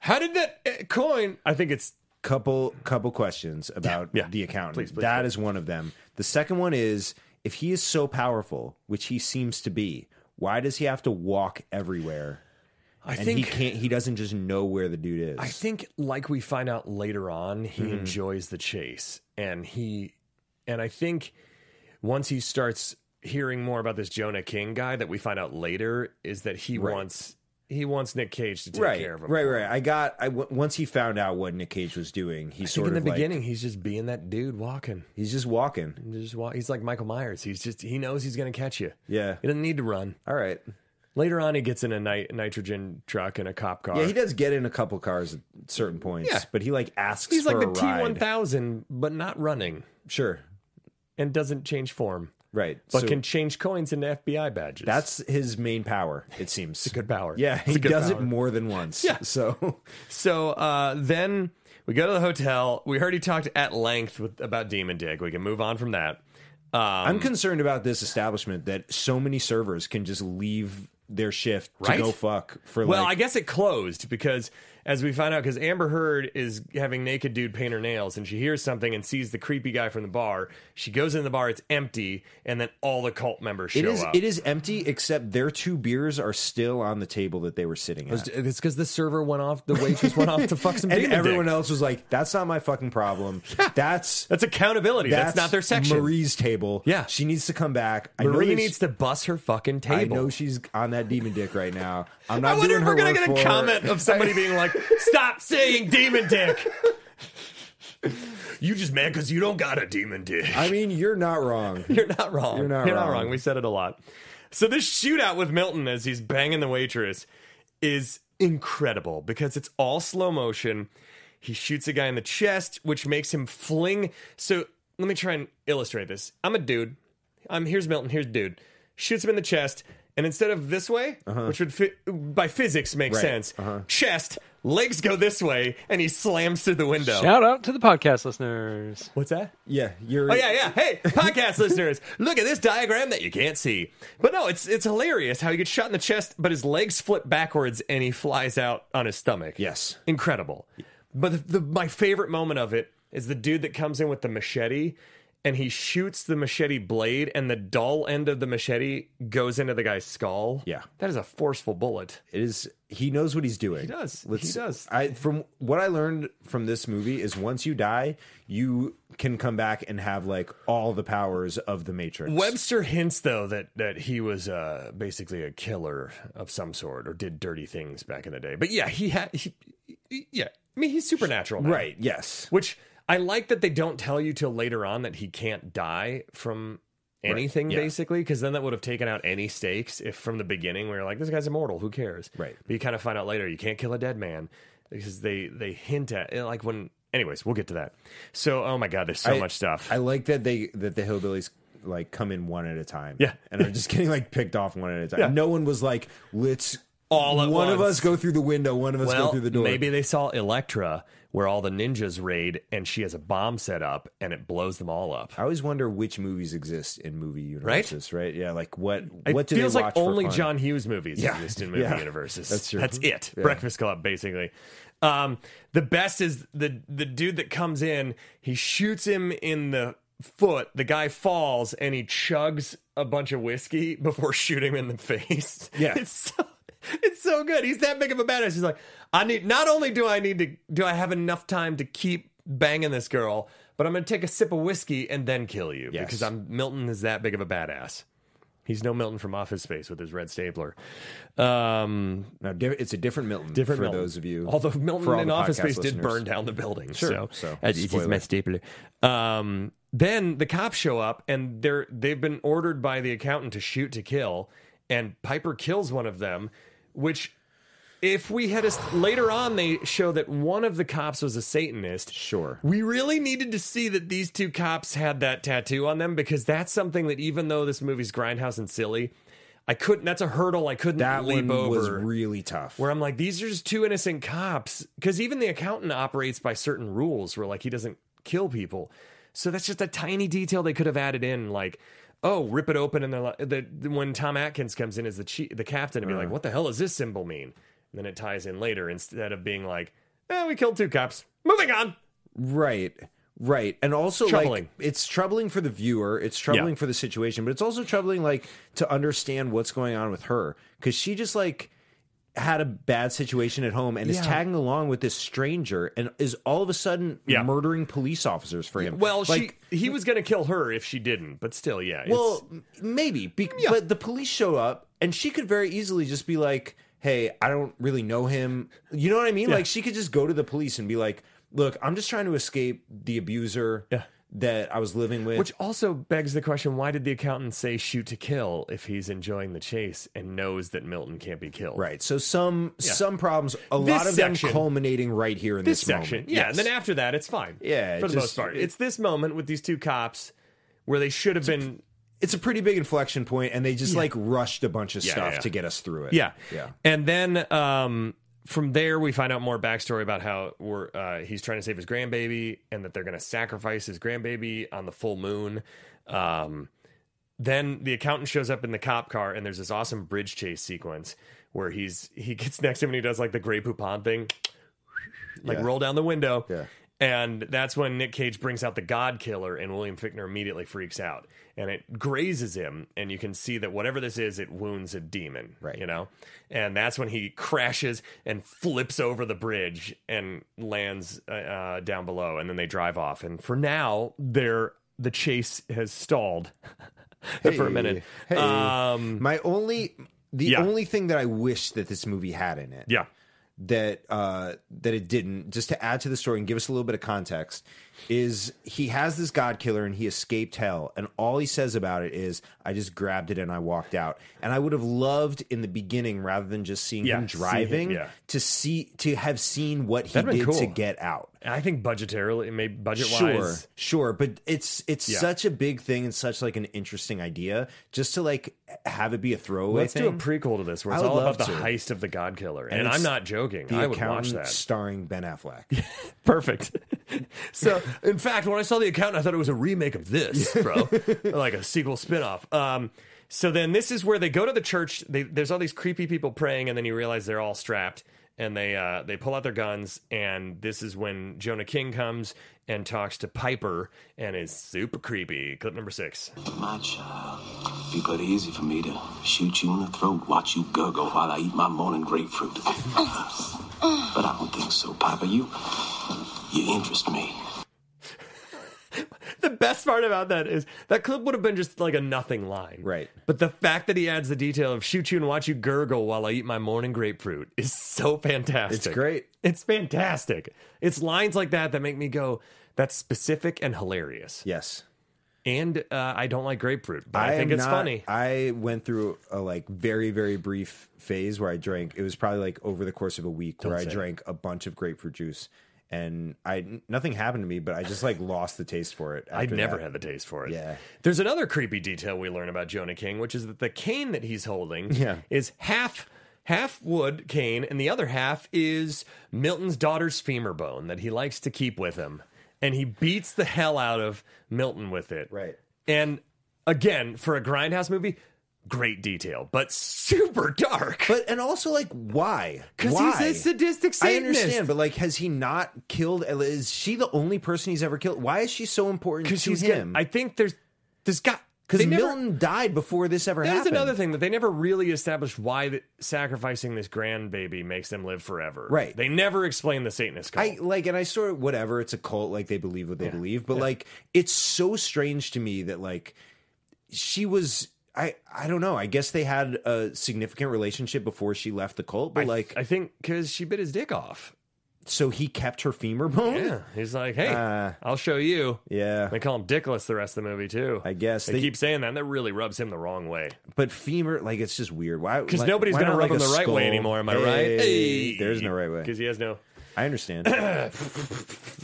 A: "How did that eh, coin?" I think it's
C: couple couple questions about
A: Yeah, yeah.
C: the accountant. That
A: Please,
C: is
A: please, please.
C: one of them. The second one is If he is so powerful, which he seems to be, why does he have to walk everywhere?
A: I
C: and
A: think
C: he can't. He doesn't just know where the dude is.
A: I think, like we find out later on, he enjoys the chase, and he, and I think, once he starts hearing more about this Jonah King guy, that we find out later is that he
C: Right.
A: wants he wants Nick Cage to take
C: right,
A: care of him.
C: right, right. I got. I w- once he found out what Nick Cage was doing, he
A: I think
C: sort
A: in the
C: of like-
A: beginning he's just being that dude walking.
C: he's just walking.
A: He's Just walk, he's like Michael Myers. He's just he knows he's gonna catch you.
C: Yeah.
A: He doesn't need to run.
C: All right.
A: Later on, he gets in a nit- nitrogen truck and a cop car.
C: Yeah, he does get in a couple cars at certain points,
A: Yeah.
C: but he like asks.
A: he's like
C: for
A: the
C: a
A: T
C: ride.
A: one thousand, but not running
C: Sure.
A: and doesn't change form,
C: Right.
A: but
C: So
A: can change coins into FBI badges.
C: that's his main power, it seems.
A: a good power.
C: Yeah,
A: It's a
C: he
A: good
C: does
A: power.
C: it more than once.
A: Yeah.
C: So
A: So uh, then we go to the hotel. We already talked at length with, about Demon Dick. We can move on from that. Um,
C: I'm concerned about this establishment that so many servers can just leave their shift
A: Right?
C: to go fuck for
A: well,
C: like
A: I guess it closed because, as we find out, because Amber Heard is having naked dude paint her nails, and she hears something and sees the creepy guy from the bar. She goes in the bar; it's empty, and then all the cult members show
C: it is
A: up.
C: it is empty except their two beers are still on the table that they were sitting at.
A: It's because the server went off, the waitress went off to fuck some
C: And everyone else was like, "That's not my fucking problem. That's
A: That's accountability. That's, not their section.
C: Marie's table.
A: Yeah.
C: she needs to come back. I know
A: Marie
C: that
A: needs
C: she-
A: to bust her fucking table.
C: I know she's on that demon dick right now. I'm
A: I
C: not
A: wonder
C: doing
A: if
C: her
A: we're gonna
C: work
A: get a
C: for her.
A: comment of somebody being like, "Stop saying demon dick." you just mad because you don't got a demon dick.
C: I mean, you're not wrong.
A: you're not wrong.
C: You're not wrong.
A: We said it a lot. So this shootout with Milton as he's banging the waitress is incredible because it's all slow motion. He shoots a guy in the chest, which makes him fling. So let me try and illustrate this. I'm a dude. I'm here's Milton. Here's dude. Shoots him in the chest, and instead of this way, which would fi- by physics make
C: Uh-huh. Right. Uh-huh.
A: sense, chest legs go this way, and he slams through the window.
D: Shout out to the podcast listeners.
A: What's that?
C: Yeah, you're.
A: Oh yeah, yeah. Hey, podcast listeners, look at this diagram that you can't see. But no, it's it's hilarious how he gets shot in the chest, but his legs flip backwards and he flies out on his stomach.
C: Yes.
A: incredible. But the, the, my favorite moment of it is the dude that comes in with the machete and he shoots the machete blade, and the dull end of the machete goes into the guy's skull.
C: Yeah.
A: that is a forceful bullet.
C: It is. He knows what he's doing. He
A: does. He does.
C: I from what I learned from this movie is once you die, you can come back and have like all the powers of the Matrix.
A: Webster hints though that that he was uh, basically a killer of some sort or did dirty things back in the day. But yeah, he had he, he- yeah. I mean, he's supernatural, now.
C: Right. Yes.
A: Which I like that they don't tell you till later on that he can't die from anything
C: yeah.
A: basically because then that would have taken out any stakes if from the beginning we were like this guy's immortal who cares
C: Right.
A: but you kind of find out later you can't kill a dead man because they they hint at like when anyways we'll get to that so oh my god there's so
C: I-
A: much stuff
C: I like that they that the hillbillies like come in one at a time.
A: Yeah.
C: and I'm just getting like picked off one at a time.
A: Yeah.
C: No one was like, let's
A: All at
C: one of
A: once.
C: us go through the window, one of us
A: well,
C: go through the door.
A: Maybe they saw Electra where all the ninjas raid and she has a bomb set up and it blows them all up.
C: I always wonder which movies exist in movie universes, right? Yeah, like what
A: It
C: what do
A: feels
C: they
A: like
C: watch for
A: only
C: fun?
A: John Hughes movies
C: Yeah.
A: exist in movie
C: Yeah.
A: universes.
C: That's true.
A: it. Breakfast Club, basically. Um, the best is the the dude that comes in. He shoots him in the foot. The guy falls and he chugs a bunch of whiskey before shooting him in the face.
C: Yeah.
A: it's so it's so good. He's that big of a badass. He's like, I need. Not only do I need to do I have enough time to keep banging this girl, but I'm going to take a sip of whiskey and then kill you
C: Yes.
A: because I'm Milton is that big of a badass. He's no Milton from Office Space with his red stapler. Um,
C: No, di- it's a different Milton.
A: different
C: Um, for
A: Milton.
C: those of you.
A: Although
C: for
A: Milton
C: all
A: in
C: the
A: Office
C: podcast
A: Space did
C: listeners.
A: burn down the building,
C: Sure,
A: so,
C: so,
A: Uh, it is
C: spoiler.
A: my stapler. Um, then the cops show up and they're they've been ordered by the accountant to shoot to kill, and Piper kills one of them, which. If we had a later on, they show that one of the cops was a Satanist.
C: Sure.
A: We really needed to see that these two cops had that tattoo on them because that's something that even though this movie's grindhouse and silly, I couldn't. That's a hurdle I couldn't
C: That
A: leap
C: one
A: over.
C: was really tough.
A: where I'm like, these are just two innocent cops because even the accountant operates by certain rules where like he doesn't kill people. So that's just a tiny detail they could have added in, like. Oh, rip it open, and they're like, the, the- when Tom Atkins comes in as the chief, the captain, and be like, "What the hell does this symbol mean?" And then it ties in later instead of being like, "Eh, we killed two cops." Moving on.
C: Right. Right. And also
A: Troubling.
C: like it's troubling for the viewer, it's troubling
A: Yeah.
C: for the situation, but it's also troubling like to understand what's going on with her cuz she just like had a bad situation at home and is
A: Yeah.
C: tagging along with this stranger and is all of a sudden
A: Yeah.
C: murdering police officers for him.
A: Well,
C: like
A: she he was gonna kill her if she didn't, but still, yeah. it's-
C: well, m- maybe, be- but the police show up, and she could very easily just be like, "Hey, I don't really know him." You know what I mean? Like she could just go to the police and be like, "Look, I'm just trying to escape the abuser
A: Yeah.
C: that I was living with."
A: which also begs the question: Why did the accountant say shoot to kill if he's enjoying the chase and knows that Milton can't be killed?
C: right. So some some problems, a
A: This
C: lot of
A: section.
C: them culminating right here in
A: this
C: this,
A: section.
C: moment.
A: Yeah, and then after that, it's fine.
C: Yeah, it
A: for the
C: just-
A: most part,
C: it-
A: it's this moment with these two cops where they should have been.
C: it's a pretty big inflection point, and they just like rushed a bunch of
A: Yeah,
C: stuff
A: yeah, yeah.
C: to get us through it.
A: Yeah,
C: yeah.
A: And then um, from there, we find out more backstory about how we're, uh, he's trying to save his grandbaby, and that they're going to sacrifice his grandbaby on the full moon. Um, then the accountant shows up in the cop car, and there's this awesome bridge chase sequence where he's he gets next to him and he does like the Grey Poupon thing, like
C: Yeah.
A: roll down the window.
C: Yeah.
A: And that's when Nick Cage brings out the God Killer, and William Fickner immediately freaks out, and it grazes him, and you can see that whatever this is, it wounds a demon,
C: Right.
A: You know, and that's when he crashes and flips over the bridge and lands uh, uh, down below, and then they drive off. And for now, they're the chase has stalled for a minute.
C: Hey.
A: Um,
C: My only, the
A: Yeah.
C: only thing that I wish that this movie had in it,
A: yeah,
C: that uh, that it didn't. Just to add to the story and give us a little bit of context, is he has this god killer and he escaped hell, and all he says about it is, "I just grabbed it and I walked out." And I would have loved in the beginning, rather than just seeing
A: Yeah,
C: him
A: see him,
C: driving,
A: yeah.
C: to see to have seen what he
A: That'd been
C: did to
A: cool.
C: get out.
A: I think budgetarily, maybe budget wise,
C: Sure, sure, but it's it's
A: Yeah.
C: such a big thing and such like an interesting idea just to like have it be a throwaway
A: Let's
C: thing.
A: do a prequel to this where
C: I
A: it's
C: would
A: all about the
C: love to.
A: heist of the God Killer, and,
C: it's
A: I'm not joking.
C: the
A: I would watch
C: Accountant
A: that.
C: starring Ben Affleck.
A: Perfect. so, in fact, when I saw the account, I thought it was a remake of this, bro, like a sequel spinoff. Um, so then this is where they go to the church. They, there's all these creepy people praying, and then you realize they're all strapped, and they uh, they pull out their guns, and this is when Jonah King comes and talks to Piper, and is super creepy. Clip number six.
E: My child, it'd be pretty easy for me to shoot you in the throat, watch you gurgle while I eat my morning grapefruit. but I don't think so, Papa. You, you interest me.
A: the best part about that is that clip would have been just like a nothing line.
C: Right.
A: But the fact that he adds the detail of shoot you and watch you gurgle while I eat my morning grapefruit is so fantastic.
C: It's great.
A: It's fantastic. It's lines like that that make me go, that's specific and hilarious.
C: Yes.
A: And uh, I don't like grapefruit, but I, think
C: am
A: it's
C: not-
A: funny.
C: I went through a like very very brief phase where I drank. It was probably like over the course of a week where I
A: say it.
C: drank a bunch of grapefruit juice, and I nothing happened to me, but I just like lost the taste for it.
A: I
C: after
A: never
C: that.
A: had the taste for it.
C: Yeah.
A: There's another creepy detail we learn about Jonah King, which is that the cane that he's holding
C: Yeah.
A: is half half wood cane and the other half is Milton's daughter's femur bone that he likes to keep with him. And he beats the hell out of Milton with it.
C: Right.
A: And again, for a grindhouse movie, great detail, but super dark.
C: But and also like why?
A: Because
C: Why?
A: he's a sadistic
C: I
A: Satanist.
C: understand, but like, has he not killed? uh, Is she the only person he's ever killed? Why is she so important to
A: because she's
C: him?
A: him. I think there's this guy
C: Because
A: they never-
C: Milton died before this ever
A: That is
C: happened.
A: another thing that they never really established why the, sacrificing this grandbaby makes them live forever.
C: Right.
A: They never explain the Satanist cult.
C: I like, and I sort of whatever. It's a cult, like they believe what they believe, but like it's so strange to me that like she was. I I don't know. I guess they had a significant relationship before she left the cult, but
A: I-
C: like
A: I think because she bit his dick off.
C: so he kept her femur bone.
A: Yeah. He's like, hey,
C: Uh,
A: I'll show you.
C: Yeah,
A: They call him Dickless the rest of the movie too.
C: I guess
A: they,
C: they-
A: keep saying that. And that really rubs him the wrong way.
C: but femur like it's just weird. Why?
A: Because
C: like,
A: nobody's
C: why
A: gonna
C: not,
A: rub
C: like,
A: him
C: a
A: the right way
C: skull?
A: anymore. Am I right?
C: Hey, There's no right way.
A: Because he has no.
C: I understand.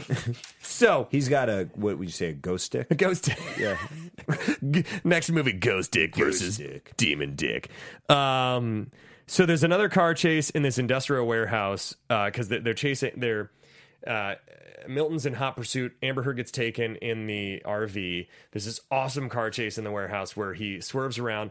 A: So
C: He's got a what would you say a ghost stick?
A: Ghost Dick.
C: Yeah.
A: G- Next movie, Ghost Dick versus
C: Dick.
A: Demon Dick. Um, so there's another car chase in this industrial warehouse because they're, they're chasing. They're uh, Milton's in hot pursuit. Amber Heard gets taken in the RV. There's this awesome car chase in the warehouse where he swerves around.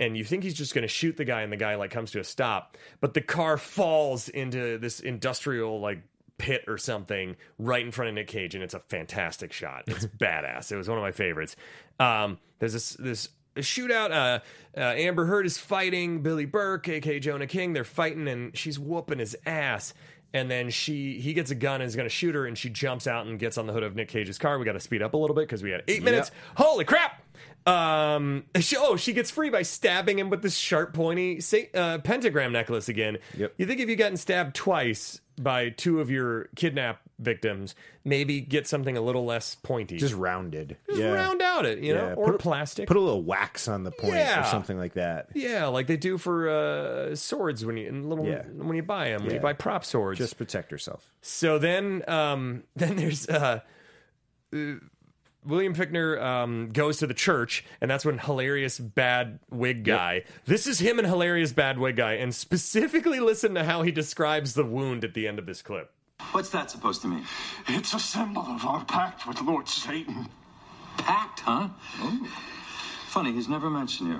A: And you think he's just going to shoot the guy, and the guy like comes to a stop, but the car falls into this industrial like pit or something right in front of Nick Cage, and it's a fantastic shot. It's badass. It was one of my favorites. Um, there's this this shootout. Uh, uh, Amber Heard is fighting Billy Burke, aka Jonah King. They're fighting, and she's whooping his ass. And then she he gets a gun and is going to shoot her, and she jumps out and gets on the hood of Nick Cage's car. We got to speed up a little bit because we had eight minutes. Holy crap! Um, she, oh, she gets free by stabbing him with this sharp, pointy sa- uh, pentagram necklace again.
C: Yep.
A: You think if you gotten stabbed twice by two of your kidnap victims, maybe get something a little less pointy.
C: Just rounded.
A: Just round out it, you know,
C: Yeah,
A: or
C: put a-
A: plastic.
C: Put a little wax on the point
A: Yeah.
C: or something like that.
A: yeah, like they do for uh, swords when you and little
C: Yeah.
A: when you buy them, when you
C: Yeah.
A: buy prop swords.
C: Just protect yourself.
A: So then, um, then there's uh, uh, William Fickner um, goes to the church, and that's when hilarious bad wig guy. This is him and hilarious bad wig guy, and specifically listen to how he describes the wound at the end of this clip.
E: What's that supposed to mean?
F: It's a symbol of our pact with Lord Satan. Oh.
E: Packed, huh? Ooh. Funny, he's never mentioned you.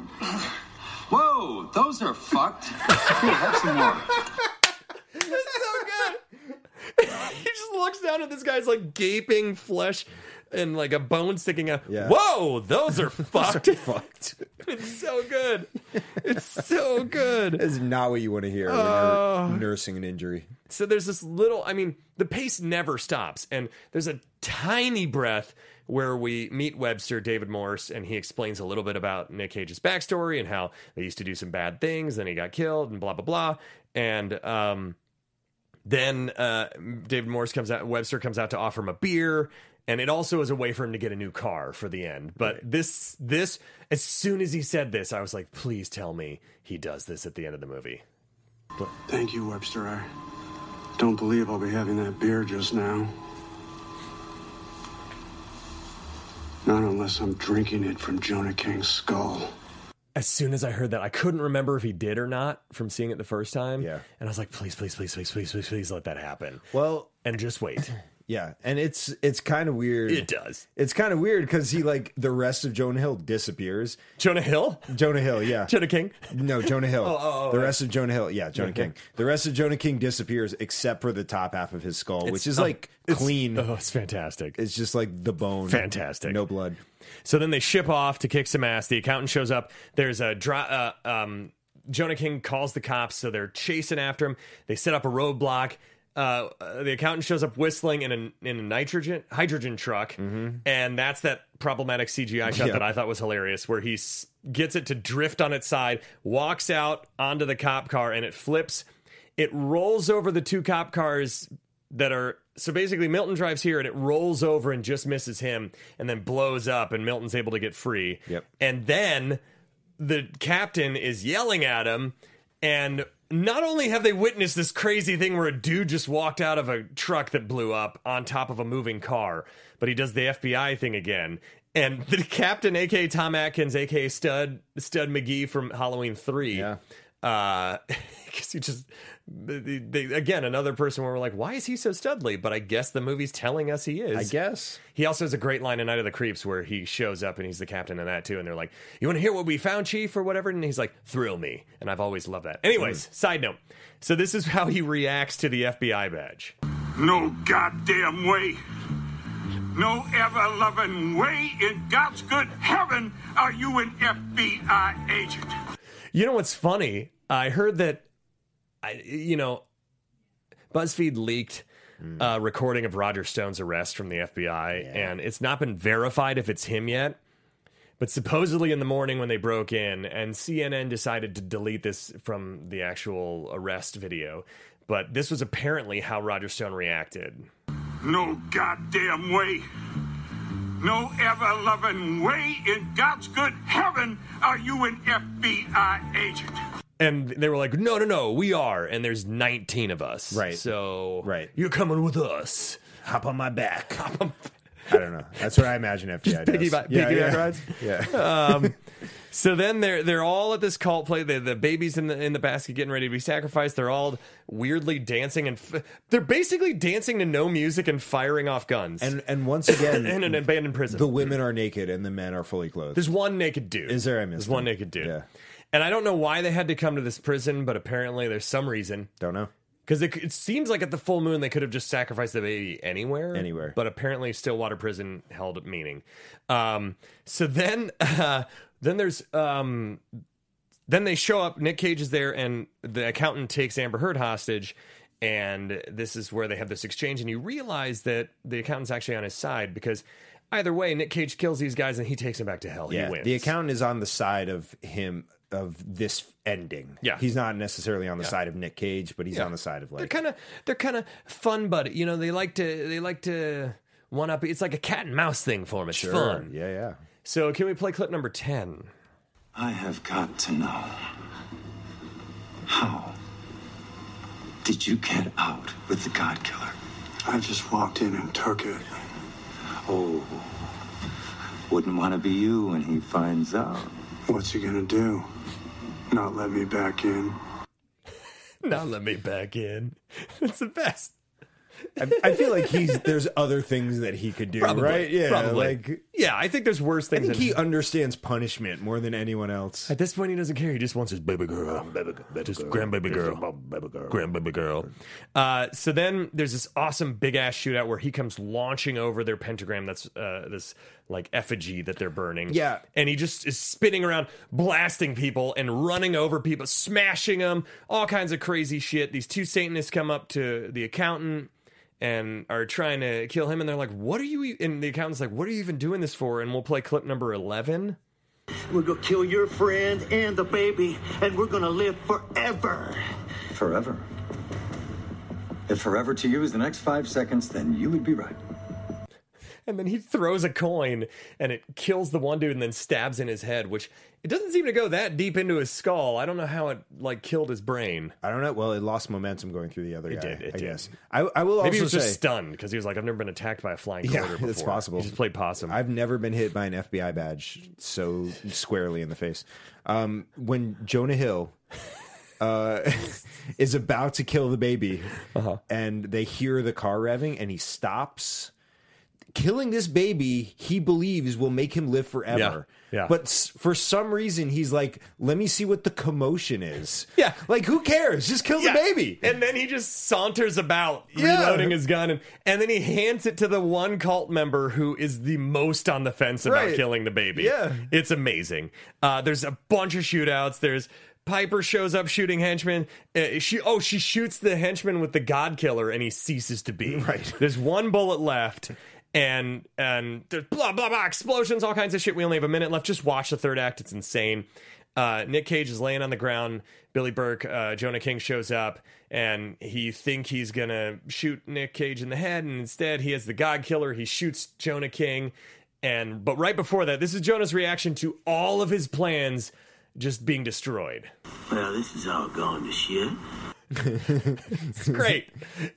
E: Whoa, those are fucked. Here, have some more.
A: That's so good. he just looks down at this guy's like gaping flesh and like a bone sticking out.
C: Yeah.
A: Whoa, those are fucked.
C: Fucked.
A: it's so good. It's so good.
C: That's not what you want to hear when
A: Uh.
C: you're nursing an injury.
A: So there's this little, I mean, the pace never stops. And there's a tiny breath where we meet Webster, David Morse, and he explains a little bit about Nick Cage's backstory and how they used to do some bad things, then he got killed, and blah, blah, blah. And, um, then uh, David Morse comes out, Webster comes out to offer him a beer, and it also is a way for him to get a new car for the end. But this, this, as soon as he said this, I was like, please tell me he does this at the end of the movie.
F: Thank you, Webster. I don't believe I'll be having that beer just now. Not unless I'm drinking it from Jonah King's skull.
A: as soon as I heard that, I couldn't remember if he did or not from seeing it the first time.
C: Yeah.
A: And I was like, please, please, please, please, please, please, please let that happen.
C: Well,
A: And just wait.
C: yeah, and it's it's kind of weird.
A: it does.
C: It's kind of weird because he like the rest of Jonah Hill disappears.
A: Jonah Hill?
C: Jonah Hill, yeah.
A: Jonah King?
C: No, Jonah Hill.
A: oh, oh,
C: the
A: right.
C: rest of Jonah Hill, yeah, Jonah King. The rest of Jonah King disappears except for the top half of his skull, which is
A: um,
C: like
A: it's-
C: clean.
A: Oh, it's fantastic.
C: It's just like the bone.
A: Fantastic.
C: No blood.
A: So then they ship off to kick some ass. The accountant shows up. There's a dri Uh, um, Jonah King calls the cops, so they're chasing after him. They set up a roadblock. Uh, uh, the accountant shows up whistling in a in a nitrogen hydrogen truck, and that's that problematic CGI shot
C: Yeah.
A: that I thought was hilarious, where he s- gets it to drift on its side, walks out onto the cop car, and it flips. It rolls over the two cop cars that are so basically Milton drives here and it rolls over and just misses him and then blows up and Milton's able to get free.
C: Yep.
A: And then the captain is yelling at him and not only have they witnessed this crazy thing where a dude just walked out of a truck that blew up on top of a moving car, but he does the FBI thing again. And the captain, aka Tom Atkins, aka Stud Stud McGee from Halloween Three,
C: Yeah.
A: because he just they, they, again another person where we're like, why is he so studly? But I guess the movie's telling us he is.
C: I guess.
A: He also has a great line in Night of the Creeps where he shows up and he's the captain in that too. And they're like, You want to hear what we found, Chief, or whatever? And he's like, Thrill me. And I've always loved that. Anyways, side note. So this is how he reacts to the FBI badge.
I: No goddamn way. No ever loving way in God's good heaven are you an FBI agent.
A: You know what's funny? I heard that, I you know, BuzzFeed leaked
C: Hmm.
A: a recording of Roger Stone's arrest from the FBI, and it's not been verified if it's him yet. But supposedly in the morning when they broke in, and CNN decided to delete this from the actual arrest video. But this was apparently how Roger Stone reacted.
I: No goddamn way. No ever loving way in God's good heaven are you an FBI agent.
A: And they were like, no, no, no, we are. And there's 19 of us.
C: Right.
A: So
C: Right.
A: you're coming with us.
C: Hop on my back. I don't know. That's what I imagine FBI does.
A: piggyback- piggyback rides? Oh,
C: Yeah.
A: So then they're they're all at this cult play. The the babies in the in the basket getting ready to be sacrificed. They're all weirdly dancing and f- they're basically dancing to no music and firing off guns.
C: and and once again,
A: in an abandoned prison.
C: the women are naked and the men are fully clothed.
A: There's one naked dude.
C: Is there? I
A: There's
C: missed
A: one
C: him.
A: naked dude.
C: Yeah.
A: And I don't know why they had to come to this prison, but apparently there's some reason.
C: Don't know.
A: Because it, it seems like at the full moon they could have just sacrificed the baby anywhere.
C: Anywhere.
A: But apparently Stillwater Prison held meaning. Um, so then, uh, then there's um, then they show up. Nick Cage is there, and the accountant takes Amber Heard hostage. And this is where they have this exchange, and you realize that the accountant's actually on his side because either way, Nick Cage kills these guys and he takes them back to hell.
C: Yeah,
A: he wins.
C: the accountant is on the side of him of this ending.
A: Yeah.
C: he's not necessarily on the side of Nick Cage, but he's
A: Yeah.
C: on the side of
A: they're
C: like
A: kind of they're kind of fun buddy. You know, they like to they like to one up. It's like a cat and mouse thing for them. It's fun.
C: Yeah, yeah.
A: So can we play clip number ten?
E: I have got to know. How did you get out with the God Killer?
F: I just walked in and took it.
E: Oh, wouldn't want to be you when he finds out.
F: What's he gonna do? Not let me back in?
A: Now let me back in. It's the best.
C: I, I feel like he's there's other things that he could do,
A: Probably,
C: right? Yeah,
A: probably.
C: like
A: Yeah, I think there's worse
C: I
A: things.
C: think
A: than-
C: he understands punishment more than anyone else.
A: At this point, he doesn't care. He just wants his baby girl, baby, just grandbaby girl, baby girl, grandbaby girl. Uh, so then there's this awesome big ass shootout where he comes launching over their pentagram. That's uh, this like effigy that they're burning.
C: Yeah.
A: and he just is spinning around, blasting people and running over people, smashing them, all kinds of crazy shit. These two Satanists come up to the accountant and are trying to kill him, and they're like, "What are you?" e-" And the accountant's like, "What are you even doing this for?" And we'll play clip number eleven.
J: We're gonna kill your friend and the baby, and we're gonna live forever.
E: Forever. If forever to you is the next five seconds, then you would be right.
A: And then he throws a coin and it kills the one dude and then stabs in his head, which it doesn't seem to go that deep into his skull. I don't know how it like killed his brain.
C: I don't know. Well, it lost momentum going through the other guy.
A: did, it
C: I
A: did.
C: guess. I, I will
A: Maybe
C: also
A: he was
C: say
A: just stunned because he was like, I've never been attacked by a flying
C: Yeah,
A: quarter before.
C: it's possible.
A: He just played possum.
C: I've never been hit by an FBI badge so squarely in the face. Um, when Jonah Hill uh, is about to kill the baby,
A: Uh-huh.
C: and they hear the car revving, and he stops. Killing this baby, he believes will make him live forever.
A: Yeah, yeah.
C: But s- for some reason, he's like, "Let me see what the commotion is."
A: Yeah.
C: Like, who cares? Just kill
A: Yeah.
C: the baby.
A: And then he just saunters about
C: Yeah.
A: reloading his gun and, and then he hands it to the one cult member who is the most on the fence about
C: Right.
A: killing the baby.
C: Yeah.
A: It's amazing. Uh, there's a bunch of shootouts. There's Piper shows up shooting henchmen. Uh, she oh she shoots the henchman with the god killer and he ceases to be.
C: Right.
A: There's one bullet left. And and there's blah blah blah explosions, all kinds of shit. We only have a minute left. Just watch the third act; it's insane. Uh, Nick Cage is laying on the ground. Billy Burke, uh, Jonah King shows up, and he think he's gonna shoot Nick Cage in the head, and instead he has the God Killer. He shoots Jonah King, and but right before that, this is Jonah's reaction to all of his plans just being destroyed.
J: Well, this is all gone to shit.
A: great,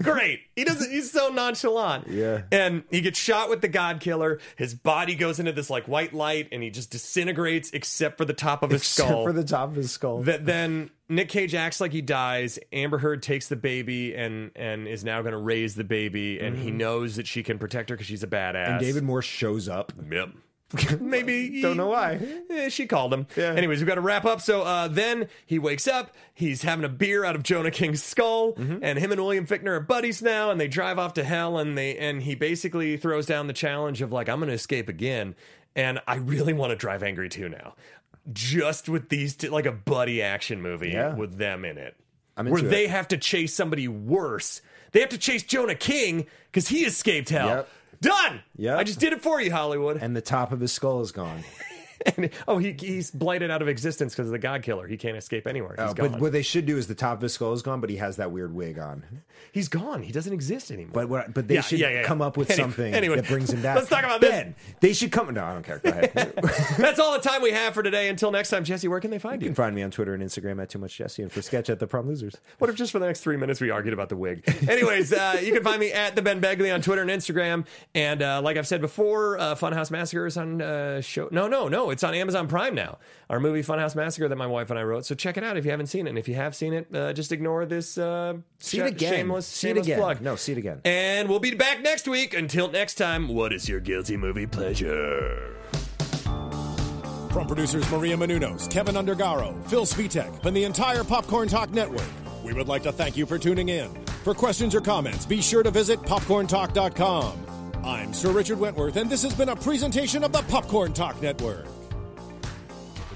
A: great. He doesn't. He's so nonchalant.
C: Yeah.
A: And he gets shot with the God Killer. His body goes into this like white light, and he just disintegrates, except for the top of his
C: Except
A: skull.
C: for the top of his skull.
A: that then Nick Cage acts like he dies. Amber Heard takes the baby and and is now going to raise the baby, and he knows that she can protect her because she's a badass.
C: Mm-hmm. and David Moore shows up.
A: Yep. Maybe he-
C: Don't know why.
A: Eh, she called him.
C: Yeah.
A: Anyways, we've got to wrap up. So uh, then he wakes up. He's having a beer out of Jonah King's skull,
C: Mm-hmm.
A: and him and William Fickner are buddies now. And they drive off to hell, and they and he basically throws down the challenge of like, I'm going to escape again, and I really want to drive angry too now, just with these two, like a buddy action movie
C: Yeah.
A: with them in it,
C: I'm
A: where
C: into it.
A: they have to chase somebody worse. They have to chase Jonah King because he escaped hell.
C: Yep.
A: Done.
C: Yep.
A: I just did it for you, Hollywood.
C: and the top of his skull is gone.
A: And- oh, he, he's blighted out of existence because of the God Killer. He can't escape anywhere. He's
C: Oh,
A: gone.
C: but what they should do is the top of his skull is gone, but he has that weird wig on.
A: he's gone. He doesn't exist anymore.
C: But what, but they
A: Yeah,
C: should
A: yeah, yeah, yeah.
C: come up with
A: Any-
C: something
A: anyway,
C: that brings him back.
A: let's talk about this.
C: ben. They should come. No, I don't care. Go ahead.
A: That's all the time we have for today. Until next time, Jesse, where can they find
C: you
A: you?
C: can find me on Twitter and Instagram at Too Much Jesse and for sketch at the Prom Losers.
A: What if just for the next three minutes we argued about the wig? Anyways, uh, you can find me at the Ben Begley on Twitter and Instagram. And uh, like I've said before, uh, Funhouse Massacre is on uh, show. No, no, no, it's on Amazon Prime now. Our movie Funhouse Massacre that my wife and I wrote. So check it out if you haven't seen it. And if you have seen it, uh, just ignore this. Uh,
C: See it again.
A: Shameless,
C: see
A: shameless
C: it again.
A: plug.
C: No, see it again.
A: And we'll be back next week. Until next time, what is your guilty movie pleasure?
B: From producers Maria Menunos, Kevin Undergaro, Phil Svitek, and the entire Popcorn Talk Network, We would like to thank you for tuning in. For questions or comments, be sure to visit popcorntalk.com. I'm Sir Richard Wentworth, and this has been a presentation of the Popcorn Talk Network.
C: The